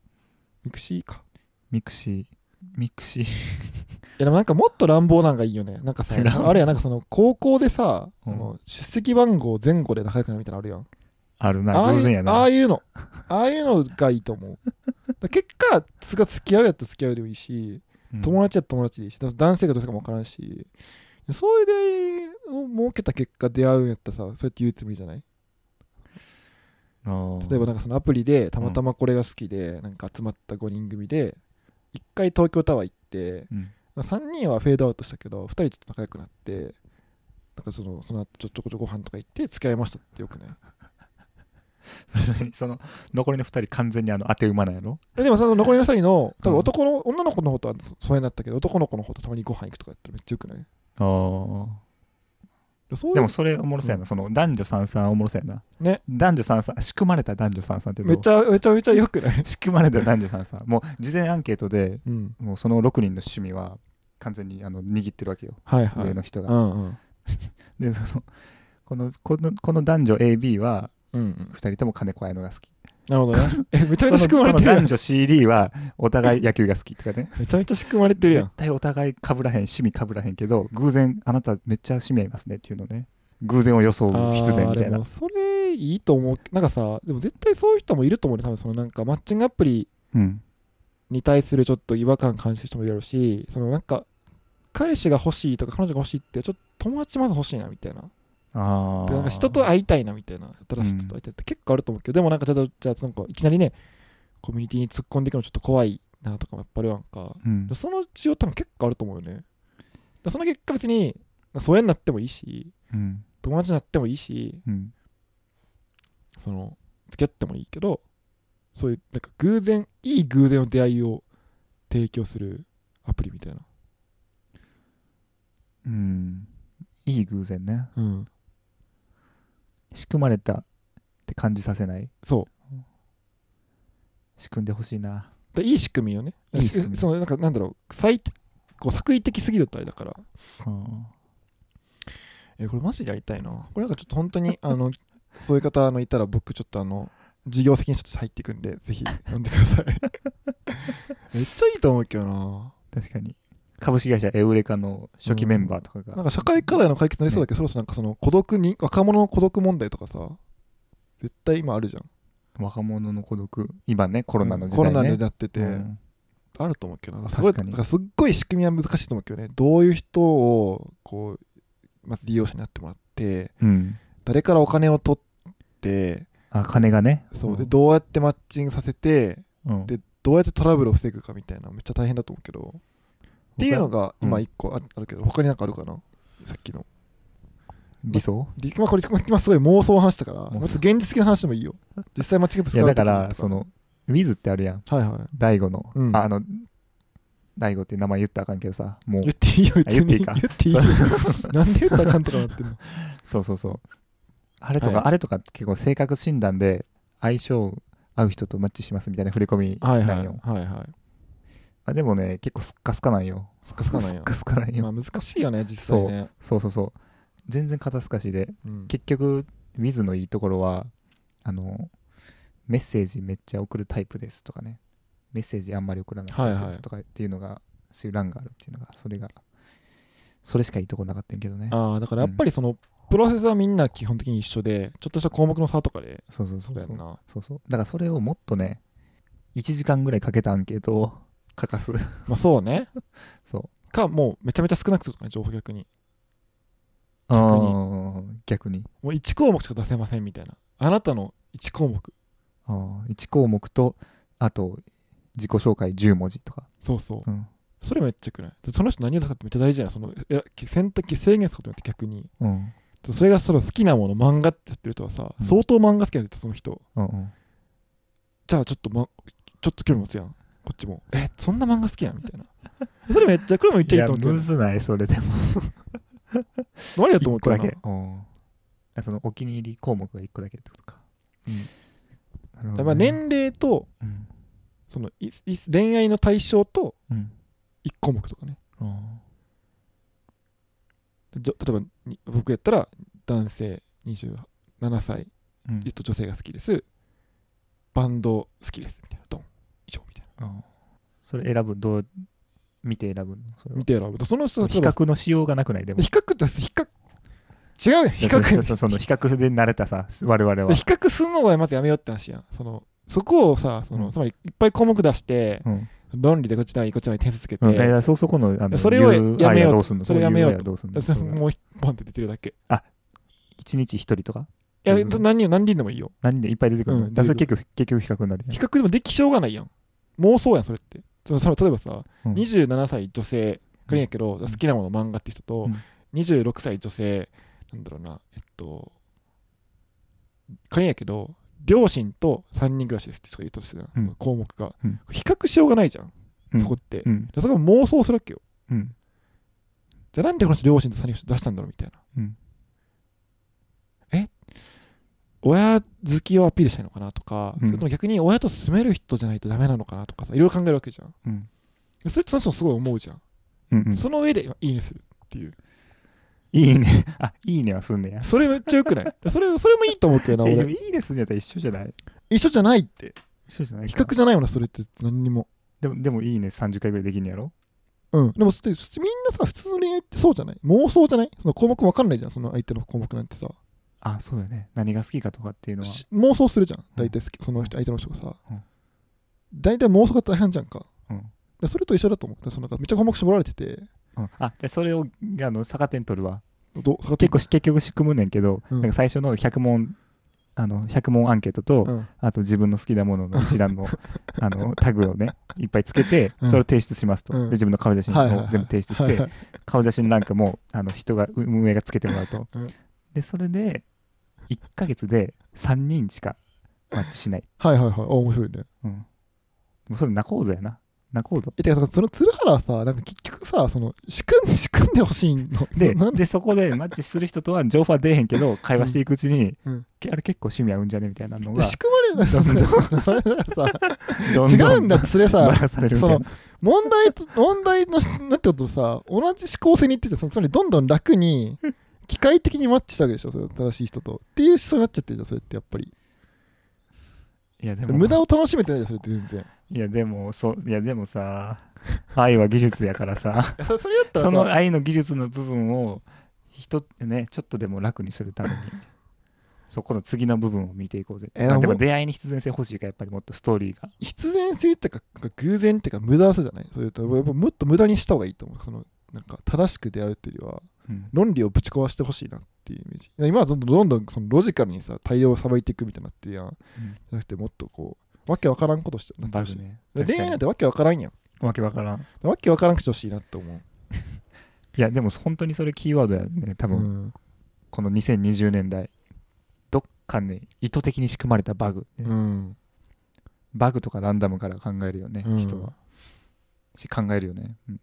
[SPEAKER 1] ミクシーか
[SPEAKER 2] ミクシーミ クシー
[SPEAKER 1] いやでもなんかもっと乱暴なんかいいよね。なんかさ、
[SPEAKER 2] 乱暴
[SPEAKER 1] あれやなんかその高校でさ、
[SPEAKER 2] うん
[SPEAKER 1] あの出席番号前後で仲良くなるみたいなのあるやん。
[SPEAKER 2] ある
[SPEAKER 1] あ
[SPEAKER 2] な
[SPEAKER 1] あい
[SPEAKER 2] 偶然や
[SPEAKER 1] うあ
[SPEAKER 2] な
[SPEAKER 1] あいうの、ああいうのがいいと思う。だから結果、つが付き合うやったら付き合うでもいいし、
[SPEAKER 2] うん
[SPEAKER 1] 友達やったら友達でいいし、だから男性がどうしたかも分からんし、そういう出会いを設けた結果出会うんやったらさ、そうやって言うつもりじゃない
[SPEAKER 2] あー
[SPEAKER 1] 例えばなんかそのアプリでたまたまこれが好きで、なんか集まった5人組で、1回東京タワー行って、
[SPEAKER 2] うん
[SPEAKER 1] まあ3人はフェードアウトしたけど2人ちょっと仲良くなってなんかそのその後ちょちょこちょこご飯とか行って付き合いましたってよくね
[SPEAKER 2] その残りの2人完全にあの当て馬なんやろ
[SPEAKER 1] えでもその残りの2人の多
[SPEAKER 2] う
[SPEAKER 1] 分
[SPEAKER 2] ん
[SPEAKER 1] 男の、女の子の方とはそ疎遠だったけど男の子の方とたまにご飯行くとかやったらめっちゃよくない
[SPEAKER 2] あー
[SPEAKER 1] そういう
[SPEAKER 2] でもそれおもろそうやな、その男女三三おもろそうやな
[SPEAKER 1] ね
[SPEAKER 2] 男女三三仕組まれた男女三三ってどう
[SPEAKER 1] めちゃめちゃめちゃよくない
[SPEAKER 2] 仕組まれた男女三三もう事前アンケートで
[SPEAKER 1] うん
[SPEAKER 2] もうその6人の趣味は完全にあの握ってるわけよ、
[SPEAKER 1] はいはい、
[SPEAKER 2] 上の人
[SPEAKER 1] う
[SPEAKER 2] が。
[SPEAKER 1] んうん
[SPEAKER 2] でそのこのこのこの男女 AB は
[SPEAKER 1] うんうん
[SPEAKER 2] 2人とも金子綾乃が好き
[SPEAKER 1] なるほどね えめちゃ
[SPEAKER 2] こ
[SPEAKER 1] めちゃ仕組
[SPEAKER 2] の
[SPEAKER 1] まれて
[SPEAKER 2] この
[SPEAKER 1] るや
[SPEAKER 2] 男
[SPEAKER 1] ん
[SPEAKER 2] 女 CD はお互い野球が好き とかね
[SPEAKER 1] めちゃめちゃ仕組まれてるや
[SPEAKER 2] 絶
[SPEAKER 1] ん
[SPEAKER 2] 対お互いかぶらへん趣味かぶらへんけど偶然あなためっちゃ趣味合いますねっていうのね偶然を装う必然みた
[SPEAKER 1] あー
[SPEAKER 2] い
[SPEAKER 1] で
[SPEAKER 2] な
[SPEAKER 1] もそれいいと思うなんかさでも絶対そういう人もいると思うね多分そのなんかマッチングアプリ
[SPEAKER 2] うん
[SPEAKER 1] に対するちょっと違和感感じる人もいるやろうしそのなんか彼氏が欲しいとか彼女が欲しいってちょっと友達まず欲しいなみたいな
[SPEAKER 2] あ
[SPEAKER 1] で
[SPEAKER 2] ー
[SPEAKER 1] なんか人と会いたいなみたいな新しい人と会いたいって結構あると思うけど、でもなんかちょっとじゃあなんかいきなりねコミュニティに突っ込んでいくのちょっと怖いなとかもやっぱあるやんか
[SPEAKER 2] うん
[SPEAKER 1] でその需要多分結構あると思うよねでその結果別に疎遠になってもいいし
[SPEAKER 2] うん
[SPEAKER 1] 友達になってもいいし
[SPEAKER 2] うん
[SPEAKER 1] その付き合ってもいいけどそういうなんか偶然いい偶然の出会いを提供するアプリみたいな
[SPEAKER 2] うんいい偶然ね
[SPEAKER 1] うん
[SPEAKER 2] 仕組まれたって感じさせない
[SPEAKER 1] そ
[SPEAKER 2] 仕組んでほしいな
[SPEAKER 1] う。でいい仕組みよね。
[SPEAKER 2] いい仕組み
[SPEAKER 1] しそのなんかなんだろう、最こう作為的すぎるとあれだから。
[SPEAKER 2] うん
[SPEAKER 1] えこれマジでやりたいなこれなんかちょっと本当に あのそういう方あのいたら僕ちょっとあの事業責任者として入っていくんでぜひ読んでくだ さいめっちゃいいと思うけどな
[SPEAKER 2] 確かに株式会社エウレカの初期メンバーとかが、
[SPEAKER 1] なんか社会課題の解決になりそうだけど、そろそろなんかその孤独に若者の孤独問題とかさ絶対今あるじゃん
[SPEAKER 2] 若者の孤独今ねコ
[SPEAKER 1] コ
[SPEAKER 2] ロナの時
[SPEAKER 1] コ
[SPEAKER 2] 代、ね
[SPEAKER 1] ロナになってて、
[SPEAKER 2] うん
[SPEAKER 1] あると思うけどなすごい
[SPEAKER 2] 確か
[SPEAKER 1] なん
[SPEAKER 2] に
[SPEAKER 1] かすっごい仕組みは難しいと思うけどねどういう人をこうまず利用者になってもらって
[SPEAKER 2] うん
[SPEAKER 1] 誰からお金を取って
[SPEAKER 2] あ金がね
[SPEAKER 1] そう、
[SPEAKER 2] ん
[SPEAKER 1] でどうやってマッチングさせて
[SPEAKER 2] うん
[SPEAKER 1] でどうやってトラブルを防ぐかみたいなめっちゃ大変だと思うけどっていうのが
[SPEAKER 2] うん
[SPEAKER 1] 今一個ああるけど、他になんかあるかなさっきの
[SPEAKER 2] 理想
[SPEAKER 1] でまあこれ今すごい妄想を話したからも
[SPEAKER 2] 想
[SPEAKER 1] うちょっと現実的な話でもいいよ実際マッチングアプ
[SPEAKER 2] い
[SPEAKER 1] リ
[SPEAKER 2] や
[SPEAKER 1] 使う時
[SPEAKER 2] だか
[SPEAKER 1] に
[SPEAKER 2] らそのウィズってあるやん
[SPEAKER 1] はいはい
[SPEAKER 2] 大悟の、
[SPEAKER 1] うん
[SPEAKER 2] ああの大悟っていう名前言ったらあかんけどさもう
[SPEAKER 1] 言っていいよ別に
[SPEAKER 2] あ言っていいか
[SPEAKER 1] 言 っていいよなんで言ったらあかんとかなってんの
[SPEAKER 2] そうそうそうあれとか、
[SPEAKER 1] はい
[SPEAKER 2] あれとかって結構性格診断で相性合う人とマッチしますみたいな振り込み な
[SPEAKER 1] はい
[SPEAKER 2] んよ、
[SPEAKER 1] はいはいはい
[SPEAKER 2] あでもね結構すっかすかなんよ
[SPEAKER 1] スカスカなんや
[SPEAKER 2] すっかすかなんよ、
[SPEAKER 1] まあ難しいよね実際ね
[SPEAKER 2] そうそうそう全然肩透かしで
[SPEAKER 1] うん
[SPEAKER 2] 結局 Wiz のいいところはあのメッセージめっちゃ送るタイプですとかねメッセージあんまり送らないタイプですとかっていうのが、そういう欄があるっていうのがそれがそれしかいいとこなかったんやけどね
[SPEAKER 1] ああだからやっぱりそのプロセスはみんな基本的に一緒でちょっとした項目の差とかで
[SPEAKER 2] そうそうそうそう
[SPEAKER 1] やんな
[SPEAKER 2] そうそうだからそれをもっとね1時間ぐらいかけたアンケートを 書かす
[SPEAKER 1] まあ そうね
[SPEAKER 2] そう
[SPEAKER 1] かもうめちゃめちゃ少なくするとかね情報逆に
[SPEAKER 2] 逆
[SPEAKER 1] に
[SPEAKER 2] に逆に
[SPEAKER 1] もう1項目しか出せませんみたいなあなたの1項目
[SPEAKER 2] あー1項目とあと自己紹介10文字とか、
[SPEAKER 1] そうそう
[SPEAKER 2] うん
[SPEAKER 1] それめっちゃよくないでその人何を出すかってめっちゃ大事じゃないそのいや選択肢制限することによって逆に
[SPEAKER 2] うん
[SPEAKER 1] それがその好きなもの漫画ってやってる人はさ、
[SPEAKER 2] うん
[SPEAKER 1] 相当漫画好きなんだよその人
[SPEAKER 2] うんうん、
[SPEAKER 1] じゃあちょっと、ま、ちょっと興味持つやんこっちもえそんな漫画好きやんみたいな それめっちゃこれもめっちゃいいと思うけど
[SPEAKER 2] むずないそれでも
[SPEAKER 1] 悪いやと思う
[SPEAKER 2] 1個
[SPEAKER 1] けど
[SPEAKER 2] だ
[SPEAKER 1] な
[SPEAKER 2] け、うんあそのお気に入り項目が1個だけってことか、なるほどね
[SPEAKER 1] まあ、年齢と
[SPEAKER 2] うん
[SPEAKER 1] そのいい恋愛の対象と
[SPEAKER 2] うん
[SPEAKER 1] 1項目とかね
[SPEAKER 2] うん
[SPEAKER 1] じょ例えばに僕やったら男性27歳
[SPEAKER 2] うん
[SPEAKER 1] えっと、女性が好きです。バンド好きです。みたいな。ドン。以上みたい
[SPEAKER 2] うんそれ選ぶどう見て選ぶのそれ
[SPEAKER 1] な。
[SPEAKER 2] は
[SPEAKER 1] 見て選ぶと、その人
[SPEAKER 2] 比
[SPEAKER 1] 例えば
[SPEAKER 2] 較のしようがなくないでも
[SPEAKER 1] 比較って、比較。違うよ比較。
[SPEAKER 2] いや
[SPEAKER 1] 比
[SPEAKER 2] そそその比較で慣れたさ我々は、
[SPEAKER 1] 較するのはまずやめようって話やん。その、そこをさ、その、
[SPEAKER 2] うん
[SPEAKER 1] つまりいっぱい項目出して、
[SPEAKER 2] うん
[SPEAKER 1] 論理でこっちない、こっちない点数つけて、
[SPEAKER 2] うんえーそそこのあの
[SPEAKER 1] それをやめよう
[SPEAKER 2] UI はどうすんの
[SPEAKER 1] それやめよう
[SPEAKER 2] UI はどうすん
[SPEAKER 1] だ
[SPEAKER 2] の
[SPEAKER 1] からもう一本で出てるだけ。
[SPEAKER 2] 一日一人とか
[SPEAKER 1] いや、
[SPEAKER 2] うん
[SPEAKER 1] 何人何人でもいいよ。
[SPEAKER 2] 何でいっぱい出てくる
[SPEAKER 1] う
[SPEAKER 2] の、
[SPEAKER 1] ん
[SPEAKER 2] だからそれ結局結局比較になるやん
[SPEAKER 1] 比較でもできしょうがないやん。妄想やん、それって。そのその例えばさ、
[SPEAKER 2] うん
[SPEAKER 1] 27歳女性これやけど、好きなもの漫画って人と、
[SPEAKER 2] うん
[SPEAKER 1] 26歳女性なんだろうなえっとこれやけど両親と3人暮らしですって人が言うとしてた
[SPEAKER 2] うん
[SPEAKER 1] 項目が、
[SPEAKER 2] うん
[SPEAKER 1] 比較しようがないじゃん、
[SPEAKER 2] うん
[SPEAKER 1] そこって、
[SPEAKER 2] うん
[SPEAKER 1] そこは妄想するわけよ
[SPEAKER 2] うん
[SPEAKER 1] じゃあなんでこの人両親と3人暮らし出したんだろうみたいな、
[SPEAKER 2] うん
[SPEAKER 1] え親好きをアピールしたいのかなとか、
[SPEAKER 2] うん
[SPEAKER 1] それとも逆に親と住める人じゃないとダメなのかなとかさいろいろ考えるわけじゃん
[SPEAKER 2] うん
[SPEAKER 1] それってその人もすごい思うじゃん、
[SPEAKER 2] うんうん
[SPEAKER 1] その上で今いいねするっていう
[SPEAKER 2] いいねあいいねはすんねや
[SPEAKER 1] それめっちゃよくないそれそれもいいと思う けどな
[SPEAKER 2] えでも
[SPEAKER 1] 俺
[SPEAKER 2] いいねすんやったら一緒じゃない
[SPEAKER 1] 一緒じゃないって
[SPEAKER 2] 一緒じゃない
[SPEAKER 1] 比
[SPEAKER 2] か
[SPEAKER 1] 較じゃないよなそれって何にも
[SPEAKER 2] でもでもいいね30回ぐらいできんねやろ
[SPEAKER 1] うんでもそれみんなさ普通の恋愛ってそうじゃない妄想じゃないその項目わかんないじゃんその相手の項目なんてさ
[SPEAKER 2] あそうよね何が好きかとかっていうのは
[SPEAKER 1] し妄想するじゃん大体好きその人相手の人がさ
[SPEAKER 2] うん
[SPEAKER 1] 大体妄想が大変じゃんか
[SPEAKER 2] うん
[SPEAKER 1] でそれと一緒だと思うでそのなんかめっちゃ項目絞られてて
[SPEAKER 2] うんあじゃあそれをあの逆点取るわ
[SPEAKER 1] どう下がって
[SPEAKER 2] 結構し結局仕組むねんけど、
[SPEAKER 1] うん
[SPEAKER 2] なんか最初の100問あの100問アンケートと、
[SPEAKER 1] うん
[SPEAKER 2] あと自分の好きなものの一 覧のあのタグをねいっぱいつけて、
[SPEAKER 1] うん
[SPEAKER 2] それを提出しますと、
[SPEAKER 1] うん
[SPEAKER 2] で自分の顔写真
[SPEAKER 1] はいはいは
[SPEAKER 2] を
[SPEAKER 1] い
[SPEAKER 2] 全部提出して、
[SPEAKER 1] はいはい
[SPEAKER 2] 顔写真ランクもあの人がう運営がつけてもらうと、
[SPEAKER 1] うん
[SPEAKER 2] でそれで1ヶ月で3人しかマッチしない、
[SPEAKER 1] はいはいはいあ面白いね
[SPEAKER 2] うん、もうそれ仲人やな仲人
[SPEAKER 1] えてかその鶴原はさなんか結局さその仕組んで仕組んでほしいの
[SPEAKER 2] で
[SPEAKER 1] なん
[SPEAKER 2] でそこでマッチする人とは情報は出えへんけど会話していくうちに、
[SPEAKER 1] うん
[SPEAKER 2] けあれ結構趣味合うんじゃねみたいなの
[SPEAKER 1] いや
[SPEAKER 2] が
[SPEAKER 1] 仕組まれない それだからさ
[SPEAKER 2] ど
[SPEAKER 1] 違
[SPEAKER 2] ど
[SPEAKER 1] うんだってそれ
[SPEAKER 2] バ
[SPEAKER 1] さ
[SPEAKER 2] ラされるみたいな
[SPEAKER 1] そ問 題と問題のなんてことさ同じ思考性にいっててつまりどんどん楽に機械的にマッチしたわけでしょそれは正しい人とっていう人になっちゃってるじゃんそれってやっぱり
[SPEAKER 2] いやでも
[SPEAKER 1] 無駄を楽しめてないじゃんそれって全然
[SPEAKER 2] いやでもそういやでもさ愛は技術やからさ
[SPEAKER 1] いや そそれやったら
[SPEAKER 2] そ
[SPEAKER 1] さ
[SPEAKER 2] の愛の技術の部分を人ねちょっとでも楽にするためにそこの次の部分を見ていこうぜ、
[SPEAKER 1] えー
[SPEAKER 2] まあ
[SPEAKER 1] もう
[SPEAKER 2] でも出会いに必然性欲しいからやっぱりもっとストーリーが
[SPEAKER 1] 必然性っていうかなんか偶然っていうか無駄さじゃないそれとやっぱもっと無駄にした方がいいと思うそのなんか正しく出会うっていうよりは
[SPEAKER 2] うん
[SPEAKER 1] 論理をぶち壊してほしいなっていうイメージ今はどんどんどんどんそのロジカルにさ対応をさばいていくみたいになってるやんじゃなくてもっとこうわけわからんことしてなって
[SPEAKER 2] バ
[SPEAKER 1] ほし
[SPEAKER 2] グ
[SPEAKER 1] い、
[SPEAKER 2] ね
[SPEAKER 1] 恋愛なん
[SPEAKER 2] 確か
[SPEAKER 1] てわけわからんやん
[SPEAKER 2] にわけわからん
[SPEAKER 1] わけわからんくしてほしいなって思う
[SPEAKER 2] いやでも本当にそれキーワードやね多分、
[SPEAKER 1] うん
[SPEAKER 2] この2020年代どっかに意図的に仕組まれたバグ、
[SPEAKER 1] うん
[SPEAKER 2] バグとかランダムから考えるよね、
[SPEAKER 1] うん
[SPEAKER 2] 人はし考えるよね、うん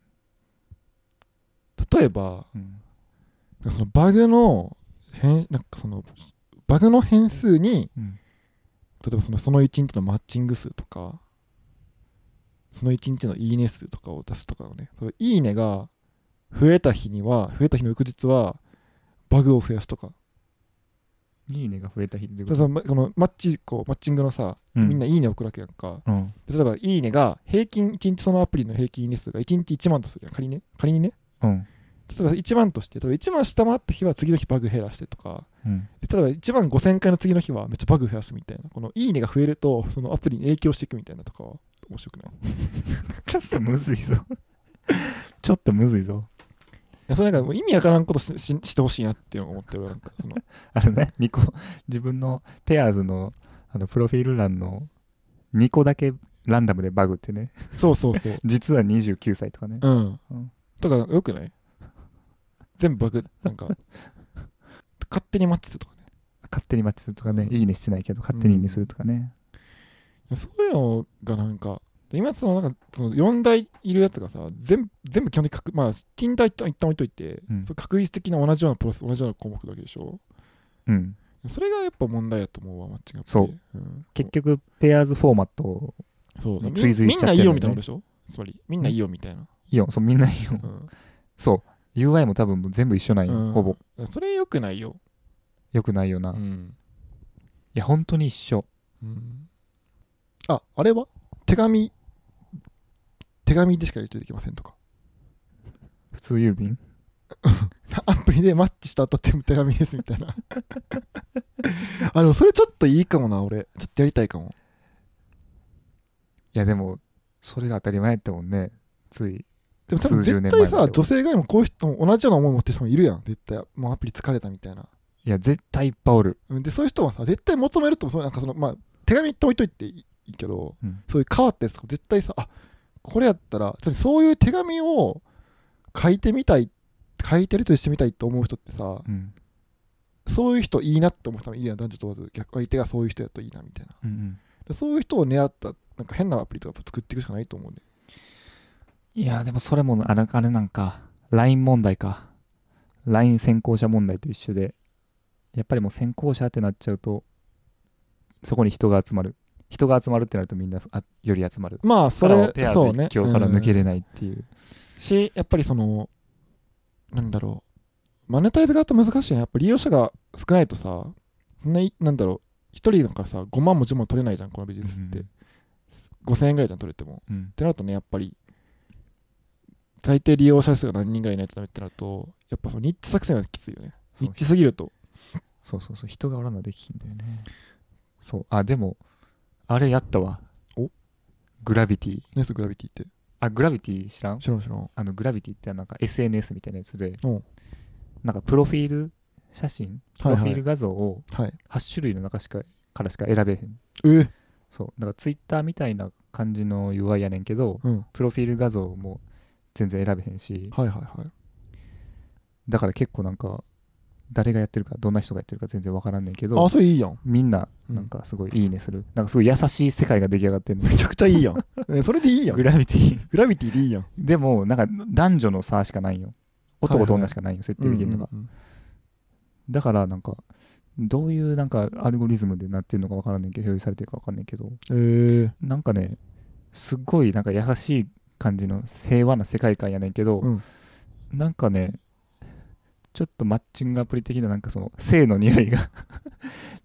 [SPEAKER 1] 例えば
[SPEAKER 2] うん
[SPEAKER 1] なんかそのバグの変なんかそのバグの変数に
[SPEAKER 2] うん
[SPEAKER 1] 例えばそのその1日のマッチング数とかその1日のいいね数とかを出すとかをねそのいいねが増えた日には増えた日の翌日はバグを増やすとか
[SPEAKER 2] いいねが増えた日って
[SPEAKER 1] そ
[SPEAKER 2] こと
[SPEAKER 1] うそうまこのマッチこうマッチングのさ、
[SPEAKER 2] うん
[SPEAKER 1] みんないいね送るわけやんか
[SPEAKER 2] うん
[SPEAKER 1] 例えばいいねが平均1日そのアプリの平均いいね数が1日1万とするやん仮にね仮にね
[SPEAKER 2] うん
[SPEAKER 1] 例えば1万として例えば1万下回った日は次の日バグ減らしてとか
[SPEAKER 2] うん
[SPEAKER 1] で例えば1万5000回の次の日はめっちゃバグ増やすみたいなこのいいねが増えるとそのアプリに影響していくみたいなとかは面白くない
[SPEAKER 2] ちょっとむずいぞ ちょっとむずいぞ
[SPEAKER 1] いやそれなんかもう意味わからんことしししてほしいなっていうのを思ってるなんかその
[SPEAKER 2] あれね2個自分のペアーズのあのプロフィール欄の2個だけランダムでバグってね
[SPEAKER 1] そうそうそう
[SPEAKER 2] 実は29歳とかね
[SPEAKER 1] うん、
[SPEAKER 2] うん
[SPEAKER 1] とかよくない全部バグなんか勝手にマッチするとかね
[SPEAKER 2] 勝手にマッチするとかね、
[SPEAKER 1] うん
[SPEAKER 2] いいねしてないけど勝手にいいねするとかね、
[SPEAKER 1] いやそういうのがなんか今そのなんかその4台いるやつがさ全部全部基本的に確まあ Tinder 一旦一旦置いといて、
[SPEAKER 2] うん
[SPEAKER 1] その確率的な同じようなプロセス同じような項目だけでしょ
[SPEAKER 2] うん、
[SPEAKER 1] それがやっぱ問題やと思うわマッチングアプリ
[SPEAKER 2] そう、
[SPEAKER 1] うん
[SPEAKER 2] 結局ペアーズフォーマットを
[SPEAKER 1] そうみ
[SPEAKER 2] 追随
[SPEAKER 1] み
[SPEAKER 2] し
[SPEAKER 1] ん
[SPEAKER 2] ちゃ
[SPEAKER 1] な
[SPEAKER 2] ってるよね
[SPEAKER 1] いいよみたいなことでしょつまりみんないいよみたいな、
[SPEAKER 2] イオンそうみんなイオン
[SPEAKER 1] うん
[SPEAKER 2] そう UI も多分全部一緒なんよ、
[SPEAKER 1] うん
[SPEAKER 2] ほぼ
[SPEAKER 1] それよくないよ、
[SPEAKER 2] よくないよな、
[SPEAKER 1] う
[SPEAKER 2] い
[SPEAKER 1] ん
[SPEAKER 2] や本当に一緒
[SPEAKER 1] うんああれは手紙手紙でしかやり取りできませんとか
[SPEAKER 2] 普通郵便
[SPEAKER 1] アプリでマッチした後って手紙ですみたいな あでもそれちょっといいかもな俺ちょっとやりたいかも
[SPEAKER 2] いやでもそれが当たり前やったもんねつい
[SPEAKER 1] でも多分
[SPEAKER 2] 数
[SPEAKER 1] 絶
[SPEAKER 2] 十年前だ
[SPEAKER 1] 対
[SPEAKER 2] けど
[SPEAKER 1] さ女性側にもこういう人も同じような思い持ってる人もいるやん絶対もうアプリ疲れたみたいない
[SPEAKER 2] や絶対いっぱいおる
[SPEAKER 1] うんでそういう人はさ絶対求めるとそうなんかそのまあ手紙って置いといていいけど、
[SPEAKER 2] うん
[SPEAKER 1] そういう変わったやつとか絶対さあこれやったらつまりそういう手紙を書いてみたい書いてるとしてみたいと思う人ってさ
[SPEAKER 2] うん
[SPEAKER 1] そういう人いいなって思う人もいるやん男女問わず逆相手がそういう人やといいなみたいな
[SPEAKER 2] うんうん
[SPEAKER 1] でそういう人を狙ったなんか変なアプリとか作っていくしかないと思うね
[SPEAKER 2] いやでもそれもあらあれなんか LINE 問題か LINE 先行者問題と一緒でやっぱりもう先行者ってなっちゃうとそこに人が集まる人が集まるってなるとみんなあより集まる
[SPEAKER 1] まあそ
[SPEAKER 2] だから
[SPEAKER 1] れ
[SPEAKER 2] ペアー
[SPEAKER 1] そう
[SPEAKER 2] ズ
[SPEAKER 1] ね
[SPEAKER 2] 一強から抜け
[SPEAKER 1] る
[SPEAKER 2] れないっていう
[SPEAKER 1] しやっぱりそのなんだろうマネタイズ側と難しいねやっぱ利用者が少ないとさそんないなんだろう1人だからさ5万も10万取れないじゃんこのビジネスって、5000円ぐらいじゃん取れてもっ
[SPEAKER 2] うん
[SPEAKER 1] てなるとねやっぱり最低利用者数が何人ぐらいいないとダメってなるとやっぱそのニッチ作戦がきついよね
[SPEAKER 2] そ
[SPEAKER 1] ニ
[SPEAKER 2] う
[SPEAKER 1] ッチすぎると
[SPEAKER 2] そうそうそう人がおらんのできひんだよねそうあでもあれやったわ
[SPEAKER 1] お
[SPEAKER 2] グラビティ
[SPEAKER 1] ネスグラビティって
[SPEAKER 2] あグラビティ知らん
[SPEAKER 1] 知らん知らん
[SPEAKER 2] あのグラビティってなんか SNS みたいなやつで
[SPEAKER 1] うん
[SPEAKER 2] なんかプロフィール写真プ
[SPEAKER 1] はい
[SPEAKER 2] ロ
[SPEAKER 1] はい
[SPEAKER 2] フィール画像を
[SPEAKER 1] はい
[SPEAKER 2] 8種類の中しかからしか選べへん
[SPEAKER 1] え
[SPEAKER 2] そうだからツイッターみたいな感じの UI やねんけど
[SPEAKER 1] うんは
[SPEAKER 2] プロフィール画像も全然選べへんし
[SPEAKER 1] いはいはい
[SPEAKER 2] だから結構なんか誰がやってるかどんな人がやってるか全然わからんねんけ
[SPEAKER 1] あ
[SPEAKER 2] ど
[SPEAKER 1] それいいやん
[SPEAKER 2] みんななんかすごいいいねする、なんかすごい優しい世界が出来上がってるの
[SPEAKER 1] めちゃくちゃいいや んねそれでいいやん
[SPEAKER 2] グラビティ
[SPEAKER 1] グラビティでいいやん
[SPEAKER 2] でもなんか男女の差しかないよ男と女しかないよ、設定できるのが、
[SPEAKER 1] うんうんうん
[SPEAKER 2] だからなんかどういうなんかアルゴリズムでなってるのかわからんねんけど表示されてるかわかんねんけど
[SPEAKER 1] えー
[SPEAKER 2] なんかねすっごいなんか優しい感じの平和な世界観やねんけど、
[SPEAKER 1] うん
[SPEAKER 2] なんかねちょっとマッチングアプリ的ななんかその性の匂いが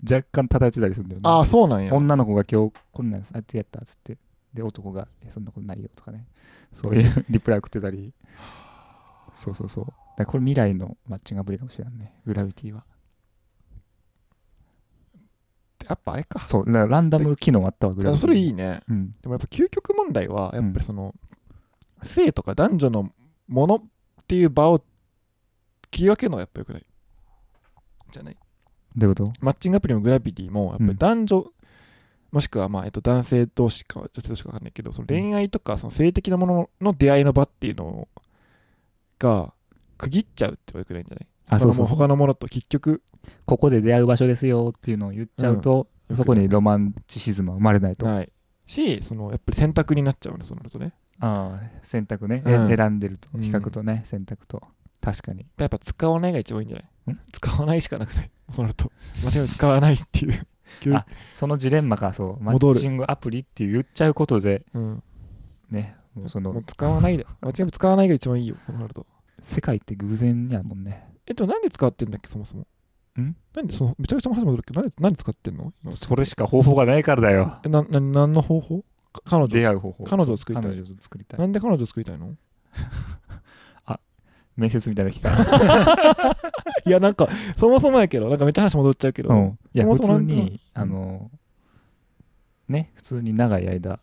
[SPEAKER 2] 若干漂ってたりするんだよね
[SPEAKER 1] ああ、そうなんや。
[SPEAKER 2] 女の子が今日こんなんあってやったっつってで男が「えそんなことないよ」とかねそういうリプライ送ってたりそうそうそうだからこれ未来のマッチングアプリかもしれないねグラビティは
[SPEAKER 1] やっぱあれか。
[SPEAKER 2] そうだからランダム機能あったわグラビティ
[SPEAKER 1] それいいね。
[SPEAKER 2] うん
[SPEAKER 1] でもやっぱ究極問題は、やっぱりその、性とか男女のものっていう場を切り分けるのはやっぱよくない。じゃない。
[SPEAKER 2] どういうこと
[SPEAKER 1] マッチングアプリもグラビティもやっぱり男女、もしくはまあ、えっと、男性同士か女性同士か分かんないけどその恋愛とかその性的なものの出会いの場っていうのが区切っちゃうってよくないんじゃない
[SPEAKER 2] あそうそうそ
[SPEAKER 1] だ
[SPEAKER 2] う
[SPEAKER 1] からも他のものと結局
[SPEAKER 2] ここで出会う場所ですよっていうのを言っちゃうと、
[SPEAKER 1] うん
[SPEAKER 2] そこにロマンチシズムは生まれないと、あ
[SPEAKER 1] ないしそのやっぱり選択になっちゃうねそうなるとね
[SPEAKER 2] あ選択ね、
[SPEAKER 1] うん
[SPEAKER 2] え選んでると
[SPEAKER 1] うん
[SPEAKER 2] 比較とね、選択と確かに
[SPEAKER 1] やっぱ使わないが一番いいんじゃない
[SPEAKER 2] ん
[SPEAKER 1] 使わないしかなく ないそうなると間違いなく使わないっていう教育
[SPEAKER 2] あそのジレンマかそうマ
[SPEAKER 1] 戻る
[SPEAKER 2] ッチングアプリって言っちゃうことで
[SPEAKER 1] うん、
[SPEAKER 2] ねもうそ
[SPEAKER 1] も
[SPEAKER 2] の
[SPEAKER 1] う使わ ないで間違いなく使わないが一番いいよそうなると
[SPEAKER 2] 世界って偶然やもんね
[SPEAKER 1] えでもなんで使ってんだっけそもそも
[SPEAKER 2] ん
[SPEAKER 1] なんでそのめちゃくちゃ話戻るけどなんでなんで使ってんの今
[SPEAKER 2] それしか方法がないからだよ
[SPEAKER 1] えなな何の方法か彼
[SPEAKER 2] 出
[SPEAKER 1] 女
[SPEAKER 2] 会う方法
[SPEAKER 1] 彼女を作りたい
[SPEAKER 2] そう彼女を作りたい
[SPEAKER 1] なんで彼女作りたいの
[SPEAKER 2] 面接みたいなの来た、
[SPEAKER 1] いやなんかそもそもやけどなんかめっちゃ話戻っちゃうけど、
[SPEAKER 2] うん、いや
[SPEAKER 1] そも
[SPEAKER 2] 普
[SPEAKER 1] そもな
[SPEAKER 2] 通
[SPEAKER 1] んか
[SPEAKER 2] にあのね普通に長い間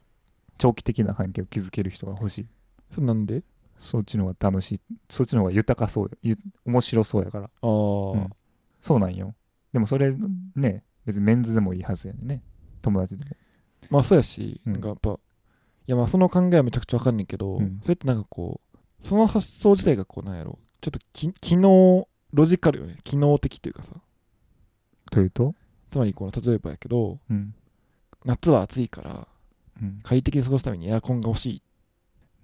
[SPEAKER 2] 長期的な関係を築ける人が欲しい
[SPEAKER 1] それなんで
[SPEAKER 2] そっちの方が楽しいそっちの方が豊かそうゆ面白そうやから
[SPEAKER 1] ああ、
[SPEAKER 2] うんそうなんよでもそれね別にメンズでもいいはずやね友達でも
[SPEAKER 1] まあそうやし、
[SPEAKER 2] うん
[SPEAKER 1] なんかやっぱいやまあその考えはめちゃくちゃわかんないけど、
[SPEAKER 2] うん
[SPEAKER 1] それってなんかこうその発想自体がこうなんやろちょっとき機能ロジカルよね機能的というかさ
[SPEAKER 2] というと
[SPEAKER 1] つまりこの例えばやけど
[SPEAKER 2] うん、
[SPEAKER 1] 夏は暑いから
[SPEAKER 2] うん、
[SPEAKER 1] 快適に過ごすためにエアコンが欲しい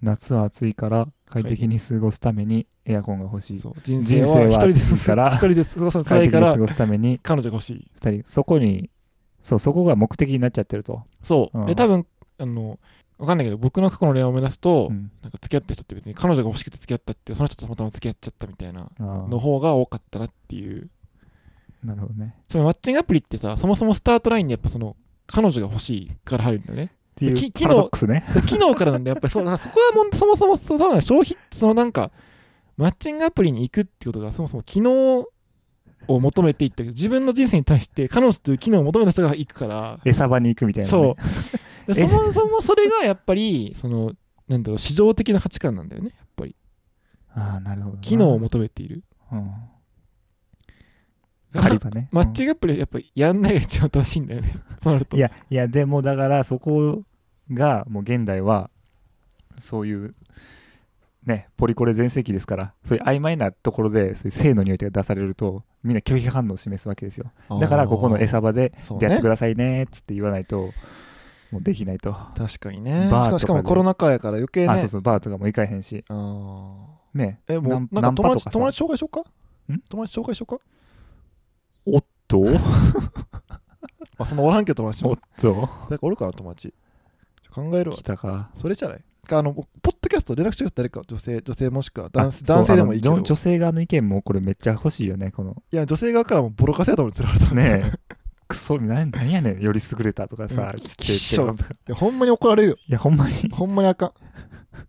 [SPEAKER 2] 夏は暑いから快適に過ごすためにエアコンが欲しい
[SPEAKER 1] そう人生は
[SPEAKER 2] 人生は
[SPEAKER 1] 一人で過ご
[SPEAKER 2] 暑い
[SPEAKER 1] す
[SPEAKER 2] から
[SPEAKER 1] 一人で過ごすの辛
[SPEAKER 2] 快
[SPEAKER 1] い
[SPEAKER 2] 適
[SPEAKER 1] か
[SPEAKER 2] に
[SPEAKER 1] ら
[SPEAKER 2] 過ごすために
[SPEAKER 1] 彼女が欲しい
[SPEAKER 2] 二人そこにそうそこが目的になっちゃってると、
[SPEAKER 1] そう、
[SPEAKER 2] うん
[SPEAKER 1] で多分あのわかんないけど僕の過去の恋愛を思い出すと、
[SPEAKER 2] うん
[SPEAKER 1] なんか付き合った人って別に彼女が欲しくて付き合ったっていうその人とたまたま付き合っちゃったみたいな
[SPEAKER 2] あ
[SPEAKER 1] の
[SPEAKER 2] あ
[SPEAKER 1] 方が多かったなっていう
[SPEAKER 2] なるほどね
[SPEAKER 1] そのマッチングアプリってさそもそもスタートラインでやっぱその彼女が欲しいから入るんだよね
[SPEAKER 2] っていう
[SPEAKER 1] き
[SPEAKER 2] パラドックスね
[SPEAKER 1] 機能からなんでやっぱりそうだからそこはもうそもそもそうそうなん消費そのなんかマッチングアプリに行くってことがそもそも機能を求めていったけど自分の人生に対して彼女という機能を求めた人が行くから
[SPEAKER 2] 餌場に行くみたいな、ね、
[SPEAKER 1] そう。でそもそもそれがやっぱり、その、なんだろう、市場的な価値観なんだよね、やっぱり。
[SPEAKER 2] ああなるほどな
[SPEAKER 1] 機能を求めている。
[SPEAKER 2] うん狩り場ね
[SPEAKER 1] マッチングアプリ、やっぱりやんないが一番正しいんだよね、そうなると。
[SPEAKER 2] いやいやでもだからそこがもう現代はそういうねポリコレ全盛期ですからそういう曖昧なところでそういう性の匂いが出されるとみんな拒否反応を示すわけですよだからここの餌場で
[SPEAKER 1] そう
[SPEAKER 2] やって
[SPEAKER 1] ね
[SPEAKER 2] く。ださいねっつって言わないともうできないと、
[SPEAKER 1] 確かにね。
[SPEAKER 2] バーとかで
[SPEAKER 1] しかもコロナ禍やから余計ね。
[SPEAKER 2] あそうそうバーとかも行かへんし
[SPEAKER 1] あー
[SPEAKER 2] ね
[SPEAKER 1] え、もうな
[SPEAKER 2] ナ
[SPEAKER 1] ん
[SPEAKER 2] ン
[SPEAKER 1] か
[SPEAKER 2] ナン
[SPEAKER 1] 友
[SPEAKER 2] パと
[SPEAKER 1] 達
[SPEAKER 2] かさ
[SPEAKER 1] 友達紹介しようか
[SPEAKER 2] ん
[SPEAKER 1] 友達紹介しようか
[SPEAKER 2] おっと
[SPEAKER 1] あ、そのおらんけど友達
[SPEAKER 2] お
[SPEAKER 1] も
[SPEAKER 2] っ。と
[SPEAKER 1] 誰かおるかな、友達。ちょ考えるわ
[SPEAKER 2] 来。たか
[SPEAKER 1] それじゃないかあの、ポッドキャスト連絡してる人誰か、女性、女性もしくは
[SPEAKER 2] あ
[SPEAKER 1] 男
[SPEAKER 2] そ
[SPEAKER 1] 性
[SPEAKER 2] う
[SPEAKER 1] 男性でもいいけ
[SPEAKER 2] あ
[SPEAKER 1] ど。
[SPEAKER 2] の女女性側の意見もこれめっちゃ欲しいよねこの
[SPEAKER 1] いや、女性側からもボロカスやと思う、つられたら
[SPEAKER 2] ねえクソなんなんやねんより優れたとかさ、
[SPEAKER 1] うん
[SPEAKER 2] つって
[SPEAKER 1] き
[SPEAKER 2] 言
[SPEAKER 1] っ
[SPEAKER 2] っ
[SPEAKER 1] してょいや、ほんまに怒られるよ。
[SPEAKER 2] いやほん まに
[SPEAKER 1] ほんまにあかん。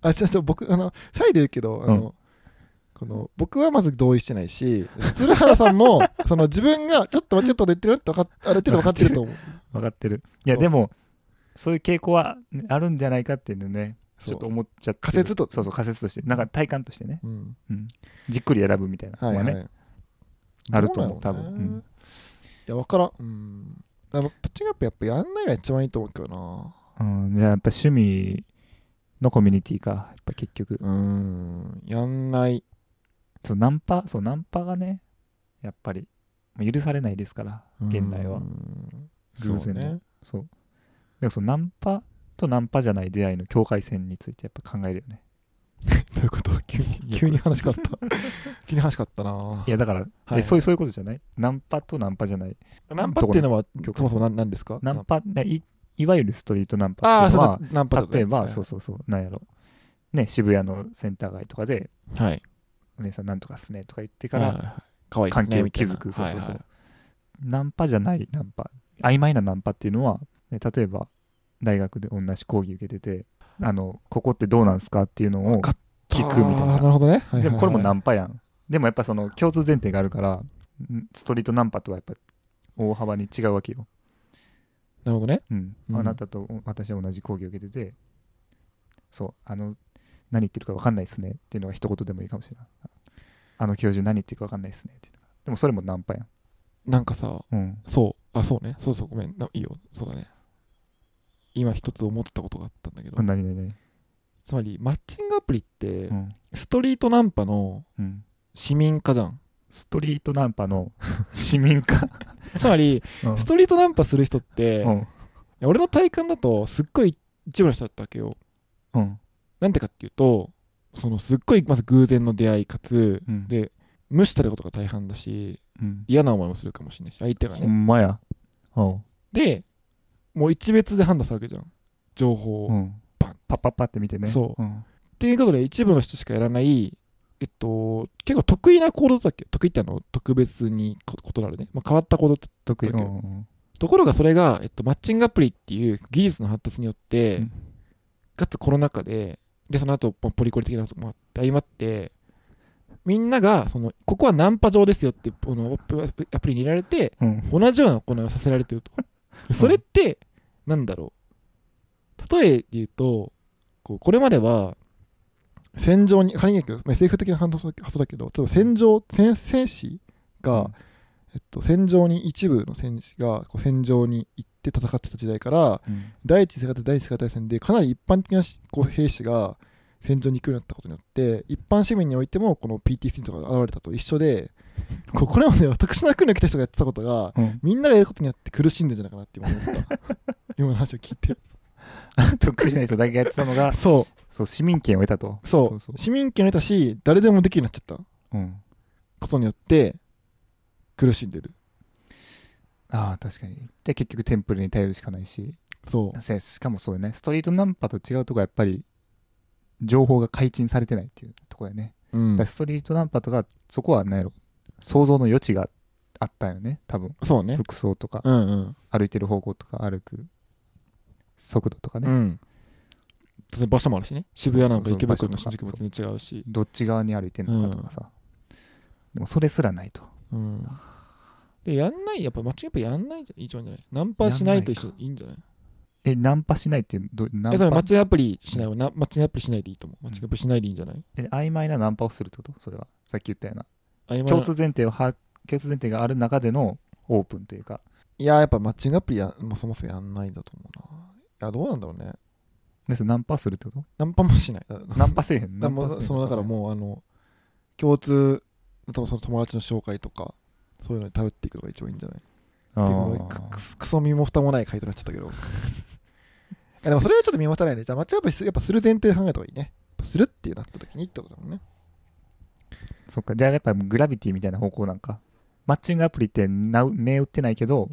[SPEAKER 1] あ、ちょっと僕、あの、シャイで言うけど、あの、
[SPEAKER 2] う
[SPEAKER 1] この僕はまず同意してないし、鶴原さんも、その自分がちょっと間違ったこと言ってるって分かっある程度分かってると思う。
[SPEAKER 2] 分かってるいや
[SPEAKER 1] そう
[SPEAKER 2] でもそういう傾向はねあるんじゃないかっていうのね
[SPEAKER 1] そう
[SPEAKER 2] ちょっと思っちゃってる
[SPEAKER 1] 仮説と
[SPEAKER 2] そうそう仮説としてなんか体感としてね
[SPEAKER 1] うん。
[SPEAKER 2] じっくり選ぶみたいなの
[SPEAKER 1] はい、
[SPEAKER 2] は
[SPEAKER 1] は
[SPEAKER 2] ね、
[SPEAKER 1] い。
[SPEAKER 2] あると思う
[SPEAKER 1] どなの
[SPEAKER 2] 多分
[SPEAKER 1] ね
[SPEAKER 2] うん
[SPEAKER 1] いや、分からん。うん。だからパッチングアップやっぱやんないが一番いいと思うけどな。
[SPEAKER 2] うん、じゃあやっぱ趣味のコミュニティかやっぱ結局
[SPEAKER 1] うん。やんない。
[SPEAKER 2] そうナンパそうナンパがねやっぱりもう許されないですから現代は
[SPEAKER 1] うん。
[SPEAKER 2] 偶然の
[SPEAKER 1] そうね
[SPEAKER 2] そうだからそのナンパとナンパじゃない出会いの境界線についてやっぱ考えるよね
[SPEAKER 1] どういうこと急に 急に話変わった。 急に話変わったない
[SPEAKER 2] やだから、
[SPEAKER 1] はい
[SPEAKER 2] えそういうそういうことじゃないナンパとナンパじゃない
[SPEAKER 1] ナンパっていうのは、そもそも何何ですか
[SPEAKER 2] ナンパねいいわゆるストリートナン
[SPEAKER 1] ああ、
[SPEAKER 2] パっていう
[SPEAKER 1] そ
[SPEAKER 2] の
[SPEAKER 1] う
[SPEAKER 2] は
[SPEAKER 1] だ、ナンパだね
[SPEAKER 2] 例えば、そう
[SPEAKER 1] は
[SPEAKER 2] そうそう、なんやろ。ね、渋谷のセンター街とかで、
[SPEAKER 1] いはい。
[SPEAKER 2] お姉さんなんとかっすねとか言って
[SPEAKER 1] か
[SPEAKER 2] から、
[SPEAKER 1] ら可愛いです
[SPEAKER 2] 関
[SPEAKER 1] ね
[SPEAKER 2] 係を
[SPEAKER 1] みたいな
[SPEAKER 2] 築くそうそうそう
[SPEAKER 1] はいはい
[SPEAKER 2] ナンパじゃないナンパ曖昧なナンパっていうのは、ね例えば大学で同じ講義受けててあのここってどうなんすかっていうのを
[SPEAKER 1] わかっ
[SPEAKER 2] 聞くみたい
[SPEAKER 1] あ
[SPEAKER 2] な
[SPEAKER 1] ーなるほどね、はいはいはい
[SPEAKER 2] でもこれもナンパやんでもやっぱその共通前提があるからんストリートナンパとはやっぱ大幅に違うわけよ、
[SPEAKER 1] なるほどね
[SPEAKER 2] うん
[SPEAKER 1] うん
[SPEAKER 2] あなたと私は同じ講義を受けててそうあの何言ってるか分かんないっすねっていうのが一言でもいいかもしれないあの教授何言ってるか分かんないっすねっていうのがでもそれもナンパやん
[SPEAKER 1] なんかさ
[SPEAKER 2] うん
[SPEAKER 1] そうあそうねそうそうごめんないいよそうだね今一つ思ったことがあったんだけど、
[SPEAKER 2] 何何何
[SPEAKER 1] つまりマッチングアプリって
[SPEAKER 2] うん
[SPEAKER 1] ストリートナンパの
[SPEAKER 2] うん
[SPEAKER 1] 市民化じ ゃん
[SPEAKER 2] ストリートナンパの 市民化
[SPEAKER 1] つまり
[SPEAKER 2] うん
[SPEAKER 1] ストリートナンパする人って、
[SPEAKER 2] う
[SPEAKER 1] い
[SPEAKER 2] ん
[SPEAKER 1] や俺の体感だとすっごい一部の人だったわけよ
[SPEAKER 2] うん
[SPEAKER 1] なんでかっていうとそのすっごいまず偶然の出会いかつ
[SPEAKER 2] うん
[SPEAKER 1] で無視されることが大半だし
[SPEAKER 2] うん
[SPEAKER 1] 嫌な思いもするかもしれないし相手が
[SPEAKER 2] ほ
[SPEAKER 1] ね
[SPEAKER 2] んまやうん
[SPEAKER 1] でもう一別で判断するわけじゃん情報を、
[SPEAKER 2] う
[SPEAKER 1] っ
[SPEAKER 2] ん
[SPEAKER 1] バン
[SPEAKER 2] パッパッパって見てね
[SPEAKER 1] そう
[SPEAKER 2] うん
[SPEAKER 1] ていうことで一部の人しかやらないえっと結構得意な行動だっけ得意ってあの特別にこ異なるね、まあ、変わった行動って
[SPEAKER 2] 得意
[SPEAKER 1] だけど
[SPEAKER 2] うんうん
[SPEAKER 1] ところがそれが、えっと、マッチングアプリっていう技術の発達によって、
[SPEAKER 2] うん
[SPEAKER 1] かつコロナ禍ででその後ポポリコレ的なこともあって相まってみんながそのここはナンパ場ですよってこのアプアプリに入れられて
[SPEAKER 2] うん
[SPEAKER 1] 同じような行いをさせられ てるとそれってなんだろう例えで言うとこうこれまでは戦場に仮にだけどまあ SF 的な発想発想だけど例えば戦場戦戦士が、
[SPEAKER 2] うん
[SPEAKER 1] えっと、戦場に一部の戦士がこう戦場に行って戦ってた時代から
[SPEAKER 2] うん
[SPEAKER 1] 第一次世界大第二次世界大戦でかなり一般的なしこう兵士が戦場に行くようになったことによって一般市民においてもこの PTC とかが現れたと一緒でこうこれまでは特殊な訓練を来た人がやってたことが
[SPEAKER 2] うん、
[SPEAKER 1] みんながやることによって苦しんでんじゃないかなって今思った 今の話を聞いて
[SPEAKER 2] 得意な人だけやってたのが
[SPEAKER 1] そ
[SPEAKER 2] そう市民権を得たと
[SPEAKER 1] うそう市民権を得たし誰でもできるようになっちゃった
[SPEAKER 2] うん、
[SPEAKER 1] ことによって苦しんでる
[SPEAKER 2] ああ確かにで結局テンプルに頼るしかないし
[SPEAKER 1] そう
[SPEAKER 2] せしかもそうよねストリートナンパと違うとこはやっぱり情報が解禁されてないっていうとこやね、
[SPEAKER 1] うん
[SPEAKER 2] だからストリートナンパとかそこは何やろ想像の余地があったよね多分
[SPEAKER 1] そうね
[SPEAKER 2] 服装とか
[SPEAKER 1] うんうん
[SPEAKER 2] 歩いてる方向とか歩く速度とかね、
[SPEAKER 1] うん当然場所もあるしね渋谷なんか
[SPEAKER 2] そうそう
[SPEAKER 1] 池袋の
[SPEAKER 2] 場所
[SPEAKER 1] 新
[SPEAKER 2] とか
[SPEAKER 1] 宿も全然違うし
[SPEAKER 2] どっち側に歩いてるのかとかさ、でもそれすらないと
[SPEAKER 1] うんでやんないやっぱ間違いやっぱやんないじゃ一番じゃないナンパしないと一緒いいんじゃない
[SPEAKER 2] えナンパしないっていうどナ
[SPEAKER 1] え
[SPEAKER 2] ン
[SPEAKER 1] それマ
[SPEAKER 2] パ
[SPEAKER 1] ッチングアプリしないわなマッチングアプリしないでいいと思うマッチングアプリしないでいいんじゃない
[SPEAKER 2] え曖昧なナンパをするってことそれはさっき言ったような
[SPEAKER 1] あ今の
[SPEAKER 2] 共通前提を把共通前提がある中でのオープンというか
[SPEAKER 1] いややっぱマッチングアプリやもうそもそもやんないんだと思うないやどうなんだろうね
[SPEAKER 2] ですナンパするってこと
[SPEAKER 1] ナンパもしないだだ
[SPEAKER 2] ナンパせえへんナン
[SPEAKER 1] も
[SPEAKER 2] パせえへ
[SPEAKER 1] うんそのだからもうあの共通多分その友達の紹介とかそういうのに頼っていくのが一番いいんじゃないっていうのがく
[SPEAKER 2] あ
[SPEAKER 1] くくそ身も蓋もない回答になっちゃったけど いやでもそれはちょっと身も蓋ないねじゃあマッチアップやっぱする前提で考えた方がいいねやっぱするってなった時にってことだもんね
[SPEAKER 2] ーそっかじゃあやっぱグラビティみたいな方向なんかマッチングアプリってな目打ってないけど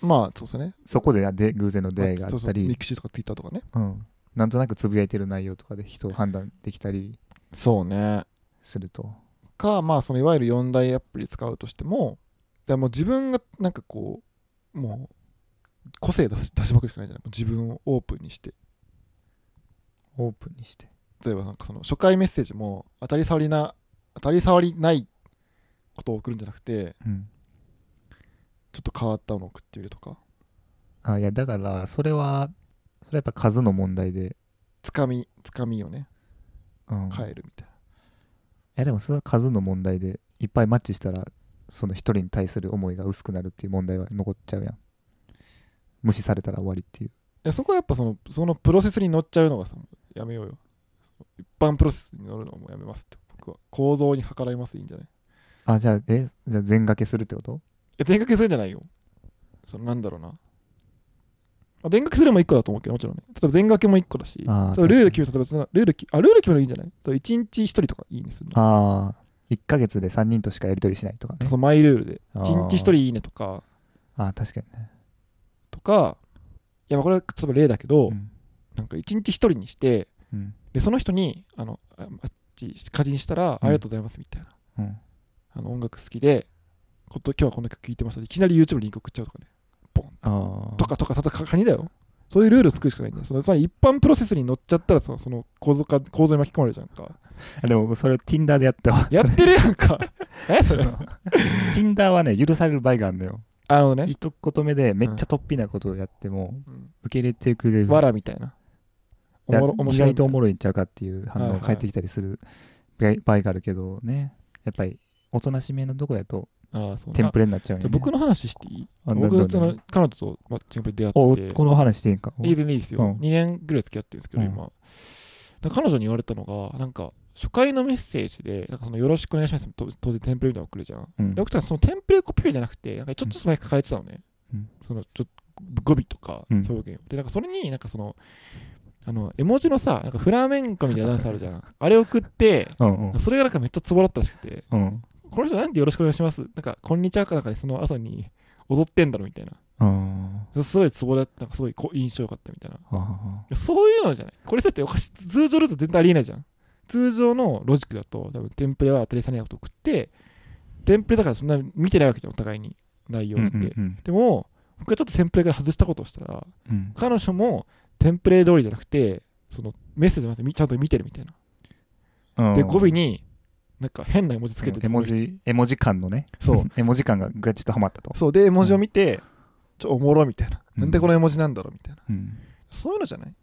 [SPEAKER 1] まあそうですよね
[SPEAKER 2] そこでで偶然の出会いがあ
[SPEAKER 1] そ
[SPEAKER 2] っ
[SPEAKER 1] うそ
[SPEAKER 2] た
[SPEAKER 1] うミ
[SPEAKER 2] り
[SPEAKER 1] クシーとかツイッターとかね
[SPEAKER 2] うんなんとなくつぶやいてる内容とかで人を判断できたり
[SPEAKER 1] そうね
[SPEAKER 2] すると
[SPEAKER 1] かまあそのいわゆる4大アプリ使うとしてもでもう自分がなんかこうもう個性出し出しまくるしかないじゃないもう自分をオープンにして
[SPEAKER 2] オープンにして
[SPEAKER 1] 例えばなんかその初回メッセージも当たり障りな当たり障りないことを送るんじゃなくて
[SPEAKER 2] うん
[SPEAKER 1] ちょっと変わったのを送ってみるとか
[SPEAKER 2] あいやだからそれはそれはやっぱ数の問題で、
[SPEAKER 1] つかみつかみをね
[SPEAKER 2] うん、
[SPEAKER 1] 変えるみたい
[SPEAKER 2] いやでもそれは数の問題でいっぱいマッチしたらその一人に対する思いが薄くなるっていう問題は残っちゃうやん無視されたら終わりっていう
[SPEAKER 1] ないやそこはやっぱそのそのプロセスに乗っちゃうのがさもうやめようよ一般プロセスに乗るのはもうやめますって僕は行動に計らいますでいいんじゃない
[SPEAKER 2] あじゃあえじゃあ全掛けするってこと
[SPEAKER 1] いや、電掛けするんじゃないよ。そのなんだろうな。あ、電掛けするも1個だと思うけど、もちろんね。例えば電掛けも1個だし、例え
[SPEAKER 2] あ
[SPEAKER 1] ば
[SPEAKER 2] ー
[SPEAKER 1] ルール決めたら別な、ルールきあ、ルール決めるのいいんじゃない例えば ?1 日1人とかいいねするの。
[SPEAKER 2] ああ1ヶ月で3人としかやり取りしないとかね
[SPEAKER 1] そう、マイルールで。
[SPEAKER 2] あー
[SPEAKER 1] 1日1人いいねとか、
[SPEAKER 2] ああ確かにね、
[SPEAKER 1] とか、いや、まあこれは例えば例だけど、
[SPEAKER 2] うん
[SPEAKER 1] なんか1日1人にして、
[SPEAKER 2] うん
[SPEAKER 1] で、その人に、あの、ああチ課金したら、
[SPEAKER 2] うん
[SPEAKER 1] ありがとうございますみたいな
[SPEAKER 2] うん
[SPEAKER 1] あの音楽好きでこと今日はこの曲聴いてましたいきなり YouTube にリンク送っちゃうとかね
[SPEAKER 2] ああ
[SPEAKER 1] とかとかただカニだよそういうルールを作るしかないんだよそのつまり一般プロセスに乗っちゃったらさその構造化構造に巻き込まれるじゃんか
[SPEAKER 2] あで もそれ Tinder でやったわ
[SPEAKER 1] や ってるやんかえそれ
[SPEAKER 2] Tinder はね許される場合があるんだよ
[SPEAKER 1] あのね、
[SPEAKER 2] 一言目でめっちゃ突飛なことをやっても
[SPEAKER 1] うん
[SPEAKER 2] 受け入れてくれる
[SPEAKER 1] わらみたいなお
[SPEAKER 2] や
[SPEAKER 1] もろ面
[SPEAKER 2] 意
[SPEAKER 1] 白いみた
[SPEAKER 2] 外と
[SPEAKER 1] い
[SPEAKER 2] お
[SPEAKER 1] な
[SPEAKER 2] もろいんちゃうかっていう反応が返ってきたりする場合場合があるけどねやっぱりおとなしめのとこやと
[SPEAKER 1] あーそう
[SPEAKER 2] テンプ
[SPEAKER 1] レ
[SPEAKER 2] レになっちゃうんやね
[SPEAKER 1] 僕の話していい
[SPEAKER 2] あ
[SPEAKER 1] 僕
[SPEAKER 2] な
[SPEAKER 1] は
[SPEAKER 2] ん
[SPEAKER 1] そ
[SPEAKER 2] だ
[SPEAKER 1] の
[SPEAKER 2] ね
[SPEAKER 1] 彼女とマッチングで出会
[SPEAKER 2] お
[SPEAKER 1] って
[SPEAKER 2] この話していいんかお
[SPEAKER 1] いい全然いいですよ、
[SPEAKER 2] うん
[SPEAKER 1] 2年ぐらい付き合ってるんですけど、
[SPEAKER 2] うん
[SPEAKER 1] 今だから彼女に言われたのがなんか初回のメッセージでなんかそのよろしくお願いしますと当然テンプレみたいなの送るじゃん、
[SPEAKER 2] うん
[SPEAKER 1] で僕たちそのテンプレコピペじゃなくてなんかちょっと前抱えてたのね、
[SPEAKER 2] うん
[SPEAKER 1] そのちょ語尾とか
[SPEAKER 2] うん
[SPEAKER 1] 表現を、でなんかそれになんかそのあの絵文字のさなんかフラメンコみたいなダンスあるじゃ んあれ送って
[SPEAKER 2] うんうん
[SPEAKER 1] それがなんかめっちゃツボだったらしくて
[SPEAKER 2] うん
[SPEAKER 1] この人なんでよろしくお願いしますなんかこんにちはかなんかでその朝に踊ってんだろみたいな
[SPEAKER 2] うん
[SPEAKER 1] すごいツボだったなんかすごいこう印象良かったみたいな
[SPEAKER 2] あ
[SPEAKER 1] そういうのじゃないこれだっておかしい通常ルート全然ありえないじゃん通常のロジックだと多分テンプレは当たりさないことを送ってテンプレだからそんな見てないわけじゃんお互いに内
[SPEAKER 2] ー
[SPEAKER 1] 容
[SPEAKER 2] うん
[SPEAKER 1] な
[SPEAKER 2] うん
[SPEAKER 1] て、
[SPEAKER 2] ん
[SPEAKER 1] でも僕がちょっとテンプレから外したことをしたら
[SPEAKER 2] うん
[SPEAKER 1] 彼女もテンプレ通りじゃなくてそのメッセージまでちゃんと見てるみたいな、
[SPEAKER 2] うん
[SPEAKER 1] で語尾になんか変な絵文字つけて
[SPEAKER 2] 絵文字絵文字感のね
[SPEAKER 1] そう
[SPEAKER 2] 絵文字感がガチッとはまったと
[SPEAKER 1] そうで絵文字を見て、ちょおもろみたいな、
[SPEAKER 2] うん
[SPEAKER 1] なんでこの絵文字なんだろうみたいな
[SPEAKER 2] うん
[SPEAKER 1] そういうのじゃない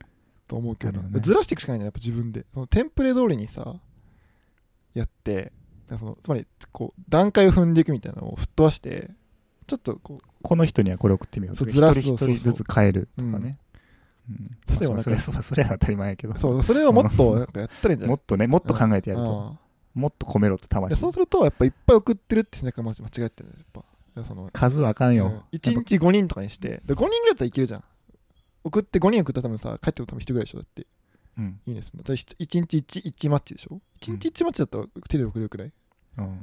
[SPEAKER 1] と思うけど
[SPEAKER 2] なる
[SPEAKER 1] な、
[SPEAKER 2] ほどね
[SPEAKER 1] ずらしていくしかないんだよやっぱ自分でそのテンプレ通りにさやってだからそのつまりこう段階を踏んでいくみたいなのを吹っ飛ばしてちょっとこう
[SPEAKER 2] この人にはこれ送ってみよう
[SPEAKER 1] そ
[SPEAKER 2] と
[SPEAKER 1] う
[SPEAKER 2] か
[SPEAKER 1] ずらす
[SPEAKER 2] 一人
[SPEAKER 1] そうそう
[SPEAKER 2] 一人ずつ変えるとかね、うんまあ
[SPEAKER 1] 例えばなんか
[SPEAKER 2] それそれそれは当たり前やけど
[SPEAKER 1] そうそれをもっとなんかやったらいいんじゃない
[SPEAKER 2] もっとねもっと考えてやると、
[SPEAKER 1] あ
[SPEAKER 2] もっと込めろと
[SPEAKER 1] あ
[SPEAKER 2] 魂
[SPEAKER 1] でそうするとやっぱいっぱい送ってるってしなか間違えてるんだよやっぱだからその
[SPEAKER 2] 数はあかんよ、
[SPEAKER 1] うん1日5人とかにしてで5人ぐらいだったらいけるじゃん送って5人送ったら多分さ帰っても多分1人ぐらいでしょだって
[SPEAKER 2] うん
[SPEAKER 1] いいですねだ1日 1, 1マッチでしょ1日1マッチだったら手で送れるくらい、
[SPEAKER 2] うん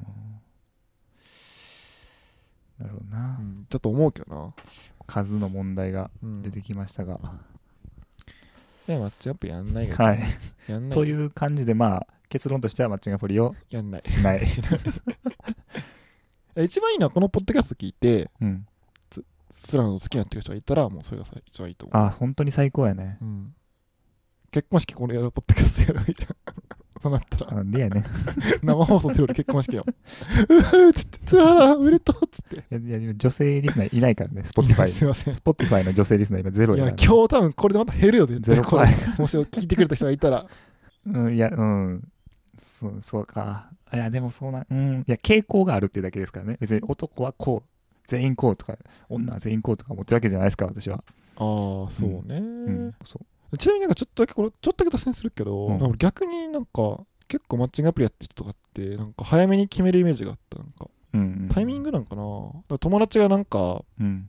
[SPEAKER 2] なるほどな、
[SPEAKER 1] うん、だと思うけどな、
[SPEAKER 2] 数の問題が
[SPEAKER 1] うん、
[SPEAKER 2] 出てきましたが、
[SPEAKER 1] ね、マッチアップやんないが
[SPEAKER 2] はい、
[SPEAKER 1] やんない。
[SPEAKER 2] という感じでまあ結論としてはマッチングアプリを
[SPEAKER 1] やんない。
[SPEAKER 2] しない、
[SPEAKER 1] 一番いいのはこのポッドキャスト聞いて、
[SPEAKER 2] うん、
[SPEAKER 1] スラのこと好きになってる人がいたら、もうそれがさ一番いいと思う。
[SPEAKER 2] ああ本当に最高やね
[SPEAKER 1] うん、結婚式これやるポッドキャストやるみたいな。 そうなっ たら、
[SPEAKER 2] なんでやね
[SPEAKER 1] 生放送するより結婚式やもん。うふうつって、つはら、おめでとうっつって。
[SPEAKER 2] いやいや女性リスナーいないからね
[SPEAKER 1] いない
[SPEAKER 2] Spotify
[SPEAKER 1] すいません。い
[SPEAKER 2] Spotify の女性リスナー今ゼロや
[SPEAKER 1] や、
[SPEAKER 2] か
[SPEAKER 1] 今
[SPEAKER 2] ら
[SPEAKER 1] 日多分これでまた減るよ、絶
[SPEAKER 2] ゼ
[SPEAKER 1] 対
[SPEAKER 2] ロ
[SPEAKER 1] こ
[SPEAKER 2] 回
[SPEAKER 1] れ。もし聞いてくれた人がいたら、
[SPEAKER 2] うん、いや、うん。そう、そうか。いや、でもそうな、うん。いや、傾向があるっていうだけですからね。別に男はこう、全員こうとか、女は全員こうとか思ってるわけじゃないですから、私は。
[SPEAKER 1] ああ、そうね、
[SPEAKER 2] うん、そ
[SPEAKER 1] ちなみになんかちょっとだけこれちょっとだけ脱線するけど、
[SPEAKER 2] うん
[SPEAKER 1] なんか逆になんか結構マッチングアプリやってる人とかってなんか早めに決めるイメージがあったなんか
[SPEAKER 2] う。うん。
[SPEAKER 1] タイミン
[SPEAKER 2] グ
[SPEAKER 1] グなんかな、だから友達がなんか
[SPEAKER 2] うん。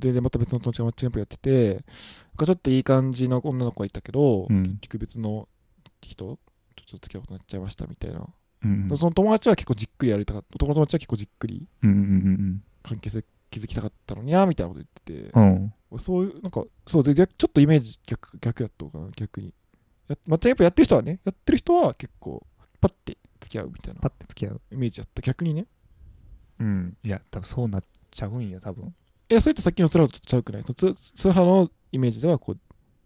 [SPEAKER 1] 全然また別の友達がマッチングアプリやっててなんかちょっといい感じの女の子がいたけど、
[SPEAKER 2] うん
[SPEAKER 1] 結局別の人ちょっと付き合うことになっちゃいましたみたいな、だか
[SPEAKER 2] うん。
[SPEAKER 1] らその友達は結構じっくりやりたかった男の友達は結構じっくり
[SPEAKER 2] うんうん
[SPEAKER 1] 関係性築きたかったのになみたいなこと言ってて
[SPEAKER 2] うんうん。うん。
[SPEAKER 1] そういう、なんか、そうで、逆ちょっとイメージ逆逆やったのかな、逆に。やマッチングアプリやってる人はね、やってる人は結構、パッて付き合うみたいな
[SPEAKER 2] パッて付き合う。
[SPEAKER 1] イメージやった、逆にね。
[SPEAKER 2] うん。いや、多分そうなっちゃうんよ、多分。
[SPEAKER 1] え、それってさっきのツラとちょっとちゃうくないそのツツラハのイメージでは、こう、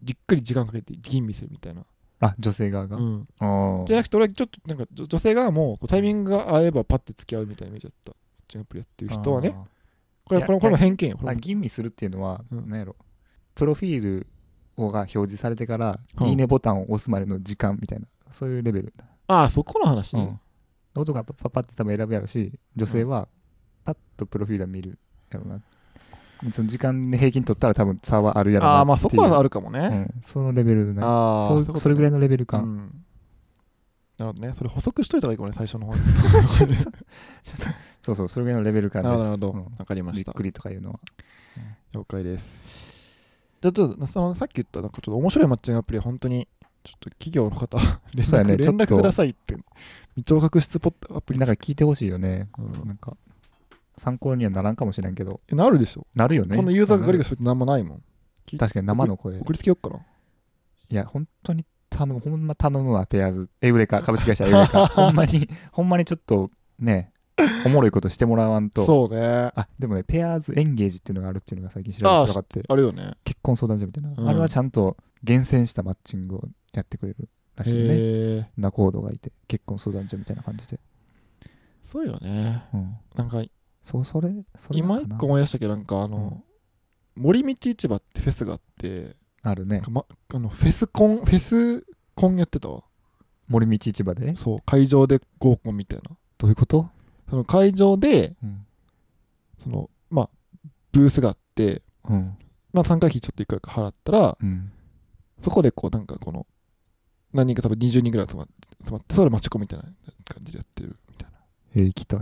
[SPEAKER 1] じっくり時間かけて吟味するみたいな。
[SPEAKER 2] あ、女性側が。
[SPEAKER 1] う
[SPEAKER 2] あ
[SPEAKER 1] ん。
[SPEAKER 2] あ。
[SPEAKER 1] じゃなくて、俺はちょっと、なんか、女女性がもう、こうタイミングが合えばパッて付き合うみたいなイメージだった。マッチングアプリやってる人はね。これ、
[SPEAKER 2] いや
[SPEAKER 1] これこれも
[SPEAKER 2] いや
[SPEAKER 1] 偏見よ。こ
[SPEAKER 2] あ。
[SPEAKER 1] れ
[SPEAKER 2] あ、
[SPEAKER 1] も
[SPEAKER 2] 吟味するっていうのは、
[SPEAKER 1] う
[SPEAKER 2] なんんやろ。プロフィールをが表示されてから、
[SPEAKER 1] うん
[SPEAKER 2] いいねボタンを押すまでの時間みたいな、そういうレベル。
[SPEAKER 1] ああ、そこの話、
[SPEAKER 2] うん、男がパパパって多分選ぶやろし女性はパッとプロフィールは見るやろな、その時間で平均取ったら多分差はあるやろな
[SPEAKER 1] ああ、まあそこはあ
[SPEAKER 2] る、
[SPEAKER 1] るかもね。
[SPEAKER 2] うん、そのレベルね
[SPEAKER 1] ああ、
[SPEAKER 2] そう
[SPEAKER 1] ういうこと
[SPEAKER 2] それぐらいのレベル
[SPEAKER 1] う
[SPEAKER 2] 感、
[SPEAKER 1] ん、なるほどねそれ補足しといた方がいいかもね最初の 方に
[SPEAKER 2] そうそうそれぐらいのレベル感で
[SPEAKER 1] なる
[SPEAKER 2] す
[SPEAKER 1] ほどなるほど、
[SPEAKER 2] うん
[SPEAKER 1] わかりま
[SPEAKER 2] び
[SPEAKER 1] し
[SPEAKER 2] ったくりとかいうのは
[SPEAKER 1] 了解ですじゃあちょっとそのさっき言ったなんかちょっと面白いマッチングアプリは本当にちょっと企業の方連
[SPEAKER 2] そう
[SPEAKER 1] 絡,、
[SPEAKER 2] や
[SPEAKER 1] 連
[SPEAKER 2] ねちょっと
[SPEAKER 1] 絡くださいって未聴覚室ポッドアプリ
[SPEAKER 2] なんか聞いてほしいよね、
[SPEAKER 1] うん
[SPEAKER 2] なんか参考にはならんかもしれんけど
[SPEAKER 1] えなるでしょ、
[SPEAKER 2] なるよね
[SPEAKER 1] こんなユーザーがガリガリ
[SPEAKER 2] なる
[SPEAKER 1] しといてなんもないもん
[SPEAKER 2] 確かに生の声
[SPEAKER 1] 送りつけよっかな
[SPEAKER 2] うんいや本当に頼む、ほんま頼むわ、ペアーズ。エウレカ、株式会社エウ レカ。ほんまに、ほんまにちょっとね、おもろいことしてもらわんと。
[SPEAKER 1] そうね。
[SPEAKER 2] あ、でもね、ペアーズエンゲージっていうのがあるっていうのが最近知らなかった。
[SPEAKER 1] あるよね。
[SPEAKER 2] 結婚相談所みたいな、
[SPEAKER 1] うん
[SPEAKER 2] あれはちゃんと厳選したマッチングをやってくれるらしいよね
[SPEAKER 1] へえ。
[SPEAKER 2] ナコードがいて結婚相談所みたいな感じで、
[SPEAKER 1] そうよね。
[SPEAKER 2] うん、
[SPEAKER 1] なんか、
[SPEAKER 2] そうそれそれ
[SPEAKER 1] 今
[SPEAKER 2] か
[SPEAKER 1] 一
[SPEAKER 2] な
[SPEAKER 1] 個思い出したけど、なんかあの、森道市場ってフェスがあって、
[SPEAKER 2] あるね
[SPEAKER 1] なんかま、あのフェスコン、フェスコンやってたわ。
[SPEAKER 2] 森道市場で
[SPEAKER 1] そう、会場で合コンみたいな。
[SPEAKER 2] どういうこと、
[SPEAKER 1] その会場で、
[SPEAKER 2] うん
[SPEAKER 1] その、まあ、ブースがあって、
[SPEAKER 2] うん
[SPEAKER 1] まあ、参加費ちょっといくらか払ったら、
[SPEAKER 2] うん、
[SPEAKER 1] そこでこう、なんかこの、何人か多分20人ぐらい集まって、集まってそれ待ち込みみたいな感じでやってるみたい
[SPEAKER 2] えー行きたい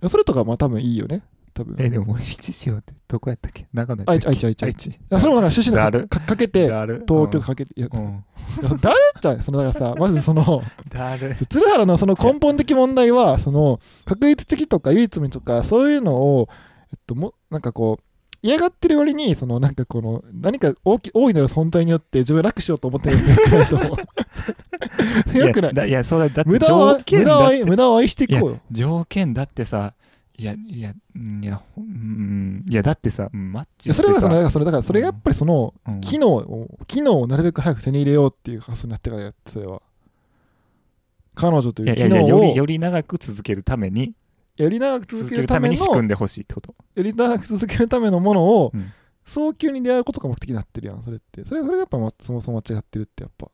[SPEAKER 1] な。それとか、まあ、多分いいよね。多分。
[SPEAKER 2] えーでも森道市場ってどこやったっけ長野やった
[SPEAKER 1] 愛
[SPEAKER 2] っ
[SPEAKER 1] 知、
[SPEAKER 2] け
[SPEAKER 1] 愛知、愛知。
[SPEAKER 2] 愛
[SPEAKER 1] 愛知
[SPEAKER 2] 知
[SPEAKER 1] いやそれもなんか趣旨
[SPEAKER 2] だ
[SPEAKER 1] の
[SPEAKER 2] る
[SPEAKER 1] かかけて、
[SPEAKER 2] だる
[SPEAKER 1] 東京かけて、いや、
[SPEAKER 2] うんうん
[SPEAKER 1] いや誰 じゃん、その、だからさ、まずその、
[SPEAKER 2] だ る
[SPEAKER 1] 鶴原のその根本的問題は、その、確率的とか唯一無二とか、そういうのを、えっと、も、なんかこう、嫌がってる割に、その、なんかこの、何か大き大いなる存在によって自分を楽しようと思ってるのが良くないと思う。良くない
[SPEAKER 2] や。だいやそれだって
[SPEAKER 1] 無駄を愛、
[SPEAKER 2] 条
[SPEAKER 1] 無
[SPEAKER 2] 件
[SPEAKER 1] 駄を
[SPEAKER 2] だ
[SPEAKER 1] 愛、無駄を愛していこうよ。
[SPEAKER 2] 条件だってさいやいやうんいやほんうんいやだってさうんマッ
[SPEAKER 1] い
[SPEAKER 2] チ
[SPEAKER 1] や
[SPEAKER 2] して
[SPEAKER 1] それはそ
[SPEAKER 2] さ
[SPEAKER 1] の、だからそれ、だからそれがやっぱりその、
[SPEAKER 2] うん
[SPEAKER 1] 機能を、機能をなるべく早く手に入れようっていう発想になってからやって、それは。彼女と
[SPEAKER 2] い
[SPEAKER 1] い
[SPEAKER 2] や
[SPEAKER 1] う
[SPEAKER 2] い
[SPEAKER 1] 機
[SPEAKER 2] やいや
[SPEAKER 1] 能
[SPEAKER 2] よ
[SPEAKER 1] を
[SPEAKER 2] りより長く続けるために
[SPEAKER 1] より長く続
[SPEAKER 2] 続
[SPEAKER 1] け
[SPEAKER 2] け
[SPEAKER 1] る
[SPEAKER 2] る
[SPEAKER 1] た
[SPEAKER 2] た
[SPEAKER 1] め
[SPEAKER 2] め
[SPEAKER 1] の
[SPEAKER 2] に仕組んでほしいってこと
[SPEAKER 1] より長く続けるためのものを、
[SPEAKER 2] うん
[SPEAKER 1] 早急に出会うことが目的になってるやんそれってそれそれがやっぱ、ま、そもそも間違ってるってやっぱ、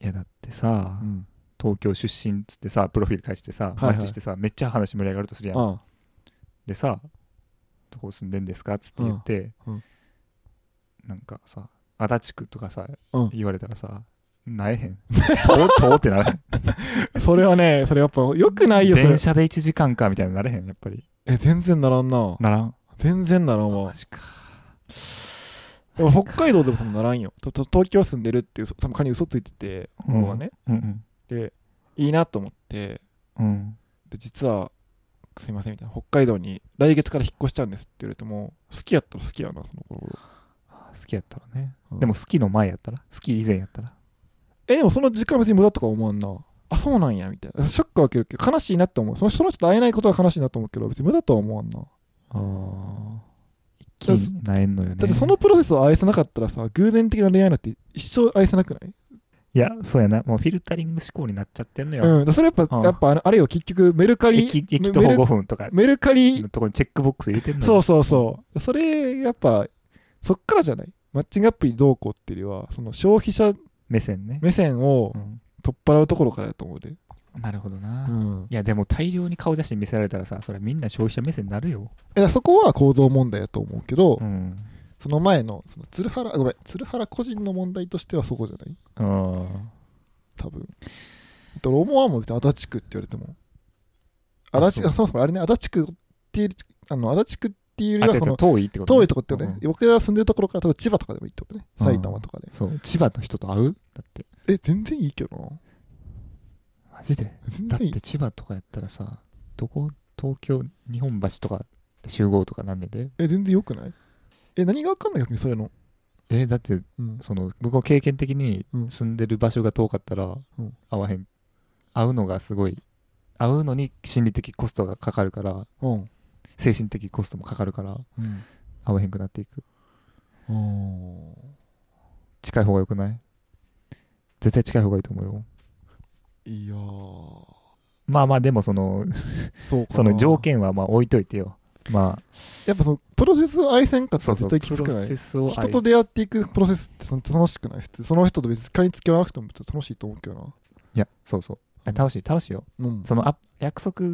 [SPEAKER 2] いやだってさ、
[SPEAKER 1] うん、
[SPEAKER 2] 東京出身っつってさプロフィール返してさ、
[SPEAKER 1] いはい
[SPEAKER 2] マッチしてさめっちゃ話盛り上がるとするやん、
[SPEAKER 1] あ
[SPEAKER 2] でさ「どこ住んでんですか?」っつって言って、
[SPEAKER 1] うんうん
[SPEAKER 2] なんかさ足立区とかさ、
[SPEAKER 1] うん
[SPEAKER 2] 言われたらさなえへん ととってならへん
[SPEAKER 1] あそれはねそれやっぱよくないよそれ
[SPEAKER 2] 電車で1時間かみたいになれへんやっぱり
[SPEAKER 1] え全然ならんな
[SPEAKER 2] ならん
[SPEAKER 1] 全然ならんわ
[SPEAKER 2] ジか
[SPEAKER 1] 俺北海道でも多分ならんよとと東京住んでるっていう多分仮に嘘ついてて
[SPEAKER 2] うん
[SPEAKER 1] 僕はね、
[SPEAKER 2] うん
[SPEAKER 1] でいいなと思って
[SPEAKER 2] うんうん
[SPEAKER 1] で実はすいませんみたいな北海道に来月から引っ越しちゃうんですって言われても好きやったら好きやなその頃
[SPEAKER 2] あ好きやったらね、
[SPEAKER 1] うん
[SPEAKER 2] でも好きの前やったら好き以前やったら
[SPEAKER 1] えでもその時間別に無駄とか思わんなあそうなんやみたいなショックは受けるけど悲しいなって思うそのその人と会えないことは悲しいなと思うけど別に無駄とは思わんな、
[SPEAKER 2] あー一気になえんのよね
[SPEAKER 1] だってそのプロセスを愛せなかったらさ偶然的な恋愛なんて一生愛せなくない
[SPEAKER 2] いやそうやなもうフィルタリング思考になっちゃってんのよ、
[SPEAKER 1] うんだからそれやっぱ
[SPEAKER 2] うん
[SPEAKER 1] やっぱあのあれよ結局メルカリ
[SPEAKER 2] 駅
[SPEAKER 1] メ
[SPEAKER 2] 駅徒歩
[SPEAKER 1] メル
[SPEAKER 2] 5分とか
[SPEAKER 1] メルカリ
[SPEAKER 2] のとこにチェックボックス入れてんの
[SPEAKER 1] そう
[SPEAKER 2] よ
[SPEAKER 1] そうそうそれやっぱそっからじゃないマッチングアプリどうこうっていうよりはその消費者
[SPEAKER 2] 目線ね、
[SPEAKER 1] 目線を
[SPEAKER 2] うん
[SPEAKER 1] 取っ払うところからやと思うで、
[SPEAKER 2] なるほどな、
[SPEAKER 1] う
[SPEAKER 2] い
[SPEAKER 1] ん、
[SPEAKER 2] やでも大量に顔写真見せられたらさそれみんな消費者目線になるよ、
[SPEAKER 1] えだからそこは構造問題やと思うけど、
[SPEAKER 2] うん、
[SPEAKER 1] その前の、その鶴原、ごめん、鶴原個人の問題としてはそこじゃない
[SPEAKER 2] うん
[SPEAKER 1] 多分。だから思わんもん、別に足立区って言われても。
[SPEAKER 2] あ
[SPEAKER 1] 足立
[SPEAKER 2] そ
[SPEAKER 1] 区、
[SPEAKER 2] う
[SPEAKER 1] そもそもあれね、足立区っていう、あの足立区っていうより
[SPEAKER 2] あ
[SPEAKER 1] は
[SPEAKER 2] 違う
[SPEAKER 1] そ
[SPEAKER 2] 違う
[SPEAKER 1] の、
[SPEAKER 2] 遠いってこと、
[SPEAKER 1] 遠いとこってね、僕が住んでるところから、例えば千葉とかでもいいってことね、
[SPEAKER 2] うん
[SPEAKER 1] 埼玉とかで
[SPEAKER 2] うん。そう千葉の人と会うだって
[SPEAKER 1] え、全然いいけどな。
[SPEAKER 2] マジで
[SPEAKER 1] 全
[SPEAKER 2] だっ
[SPEAKER 1] 然いい
[SPEAKER 2] て。千葉とかやったらさどこ東京日本橋とかで集合とかなんでで
[SPEAKER 1] え、全然よくないえ、何がわかんない逆にそれの。
[SPEAKER 2] えだって
[SPEAKER 1] うん。
[SPEAKER 2] その僕は経験的に
[SPEAKER 1] うん
[SPEAKER 2] 住んでる場所が遠かったら
[SPEAKER 1] ん
[SPEAKER 2] 会わへん会うのがすごい会うのに心理的コストがかかるから
[SPEAKER 1] うん。
[SPEAKER 2] 精神的コストもかかるから
[SPEAKER 1] うん。
[SPEAKER 2] 会わへんくなっていく
[SPEAKER 1] おー
[SPEAKER 2] 近い方がよくない絶対近い方がいいと思うよ
[SPEAKER 1] いやー、
[SPEAKER 2] まあまあでもその
[SPEAKER 1] そうかな。
[SPEAKER 2] その条。件はまあ置いといてよまあ
[SPEAKER 1] やっぱその、プロセスを愛せんかったら絶対きつ
[SPEAKER 2] プ
[SPEAKER 1] くな
[SPEAKER 2] ロ
[SPEAKER 1] い
[SPEAKER 2] セ。スを
[SPEAKER 1] 人と出会っていくプロセスってその楽しくない普通その人と別に仮に付き合わなくても別に楽しいと思うけどない
[SPEAKER 2] やそうそうあ楽しい楽しいよ
[SPEAKER 1] うん
[SPEAKER 2] そのあ約束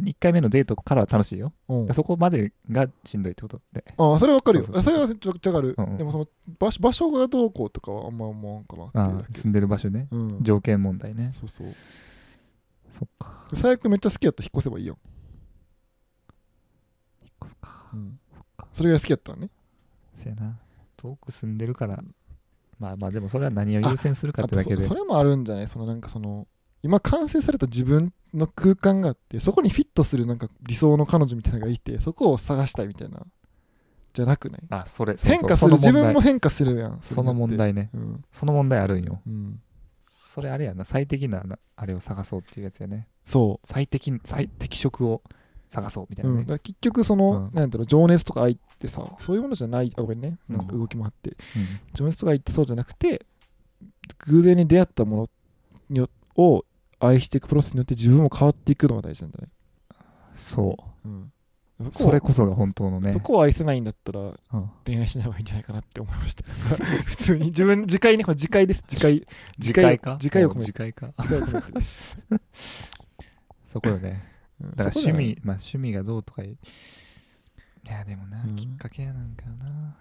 [SPEAKER 2] 1回目のデートからは楽しいよ
[SPEAKER 1] うん
[SPEAKER 2] そこまでがしんどいってことで
[SPEAKER 1] ああそれわかるよ
[SPEAKER 2] そうそ
[SPEAKER 1] あ
[SPEAKER 2] う
[SPEAKER 1] そ
[SPEAKER 2] そう
[SPEAKER 1] れはめちゃくちゃわかる
[SPEAKER 2] うんうん
[SPEAKER 1] でもその場所場所がどうこうとかはあんま思わんかなって
[SPEAKER 2] あ
[SPEAKER 1] いうだ
[SPEAKER 2] ー
[SPEAKER 1] け
[SPEAKER 2] 住んでる場所ね
[SPEAKER 1] うん
[SPEAKER 2] 条件問題ね
[SPEAKER 1] そうそう
[SPEAKER 2] そっか
[SPEAKER 1] 最悪めっちゃ好きやったら引っ越せばいいやん
[SPEAKER 2] 引っ越すか
[SPEAKER 1] うん
[SPEAKER 2] そっか
[SPEAKER 1] それが好きやったらね
[SPEAKER 2] せやな遠く住んでるからまあまあでもそれは何を優先するかっ
[SPEAKER 1] あ
[SPEAKER 2] て
[SPEAKER 1] と
[SPEAKER 2] だけ
[SPEAKER 1] そ
[SPEAKER 2] で
[SPEAKER 1] それもあるんじゃないそのなんかその今完成された自分の空間があってそこにフィットするなんか理想の彼女みたいなのがいてそこを探したいみたいなじゃなくない
[SPEAKER 2] あそれそうそう
[SPEAKER 1] 変化する自分も変化するやん
[SPEAKER 2] その問題ね
[SPEAKER 1] それによって
[SPEAKER 2] その問題あるんよ
[SPEAKER 1] うん、うん、
[SPEAKER 2] それあれやな最適ななあれを探そうっていうやつやね
[SPEAKER 1] そ、
[SPEAKER 2] 最適最適職を探そうみたいう
[SPEAKER 1] う、
[SPEAKER 2] なんね
[SPEAKER 1] だ、から結局その、
[SPEAKER 2] うん
[SPEAKER 1] なんだろう情熱とか愛ってさそういうものじゃないあごめんねなんか動きもあって、
[SPEAKER 2] うん
[SPEAKER 1] 情熱とか愛ってそうじゃなくて偶然に出会ったものによを愛していくプロセスによって自分も変わっていくのが大事なんだね、
[SPEAKER 2] そう
[SPEAKER 1] うん、こを
[SPEAKER 2] それこそが本当のね
[SPEAKER 1] そこを愛せないんだったら
[SPEAKER 2] うん
[SPEAKER 1] 恋愛しない方がいいんじゃないかなって思いました 普通に自分次回ねこれ次回です次回
[SPEAKER 2] 次回か
[SPEAKER 1] 次回を込め
[SPEAKER 2] 次回か
[SPEAKER 1] 次回を込め てです、
[SPEAKER 2] そこよね
[SPEAKER 1] うん
[SPEAKER 2] だから
[SPEAKER 1] そこ
[SPEAKER 2] 趣
[SPEAKER 1] じゃない
[SPEAKER 2] 味、まあ趣味がどうとかいいやでもな、
[SPEAKER 1] うん
[SPEAKER 2] きっかけやなんかな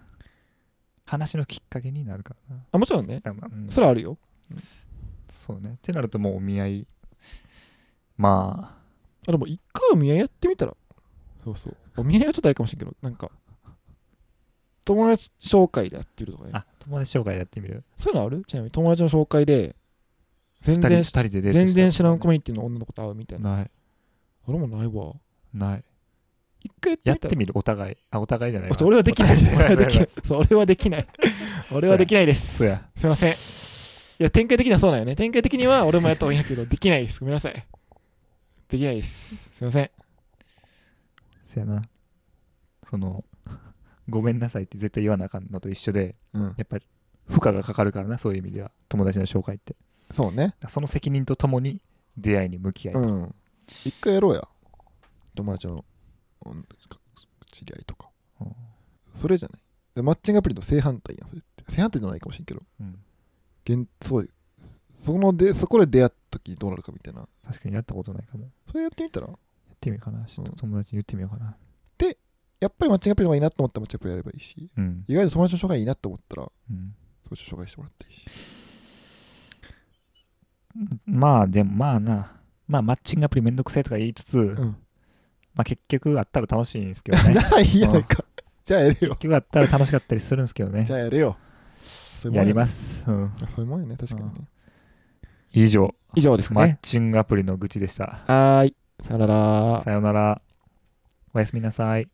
[SPEAKER 2] 話のきっかけになるからな
[SPEAKER 1] あもちろんね
[SPEAKER 2] だからまあうん
[SPEAKER 1] それはあるよ
[SPEAKER 2] そうねってなるともうお見合いま
[SPEAKER 1] あでも一回お見合いやってみたらそうそうお見合いはちょっとあれかもしれんけどなんか友達紹介でやってるとかね
[SPEAKER 2] ああ友達紹介やってみる
[SPEAKER 1] そういうのあるちなみに友達の紹介で
[SPEAKER 2] 二
[SPEAKER 1] 全
[SPEAKER 2] 人
[SPEAKER 1] 然
[SPEAKER 2] 二人でデートした
[SPEAKER 1] 全然知らんコ
[SPEAKER 2] こ
[SPEAKER 1] ミュニティの女の子と会うみたいな
[SPEAKER 2] ない
[SPEAKER 1] 俺もないわ
[SPEAKER 2] ない
[SPEAKER 1] 一回や
[SPEAKER 2] やっ
[SPEAKER 1] って
[SPEAKER 2] て
[SPEAKER 1] み
[SPEAKER 2] みるお互いあお互いじゃな
[SPEAKER 1] たら
[SPEAKER 2] いわ
[SPEAKER 1] ちょ俺はできない
[SPEAKER 2] お
[SPEAKER 1] 俺はできないそう
[SPEAKER 2] 互じゃわ
[SPEAKER 1] 俺はできない俺はできないです
[SPEAKER 2] そうや
[SPEAKER 1] すいませんいや展開的にはそうなんよね展開的には俺もやった方がいいんやけどできないですごめんなさいできないですすいません
[SPEAKER 2] そうやなそのごめんなさいって絶対言わなあかんのと一緒で
[SPEAKER 1] うん
[SPEAKER 2] やっぱり負荷がかかるからなそういう意味では友達の紹介って
[SPEAKER 1] そうね
[SPEAKER 2] その責任とともに出会いに向き合い、
[SPEAKER 1] ん一回やろうや友達のうん知り合いとか
[SPEAKER 2] うん
[SPEAKER 1] それじゃないでマッチングアプリの正反対やんそれって正反対じゃないかもしれんけど
[SPEAKER 2] うん
[SPEAKER 1] 現そうそのでそこで出会った時どうなるかみたいな
[SPEAKER 2] 確かにやったことないかもや
[SPEAKER 1] それやってみたら
[SPEAKER 2] ってみようかなちょっと友達に言ってみようかな
[SPEAKER 1] やっぱりマッチングアプリの方がいいなと思ったらマッチングアプリやればいいし
[SPEAKER 2] うん、
[SPEAKER 1] 意外と友達の紹介いいなと思ったら
[SPEAKER 2] うん、
[SPEAKER 1] 友達の紹介してもらっていいし
[SPEAKER 2] まあでもまあなまあマッチングアプリめんどくせえとか言いつつ、
[SPEAKER 1] うん
[SPEAKER 2] まあ結局あったら楽しいんですけど ね
[SPEAKER 1] ならいいやないかじゃあやるよ
[SPEAKER 2] 結局あったら楽しかったりするんですけどね
[SPEAKER 1] じゃあやるよそういうも
[SPEAKER 2] や
[SPEAKER 1] ん
[SPEAKER 2] り
[SPEAKER 1] やね
[SPEAKER 2] ます、うん、
[SPEAKER 1] あそういうもんやね確かにね
[SPEAKER 2] 以上
[SPEAKER 1] 以上です
[SPEAKER 2] マッチングアプリの愚痴でした
[SPEAKER 1] はーいさよなら
[SPEAKER 2] さよならおやすみなさい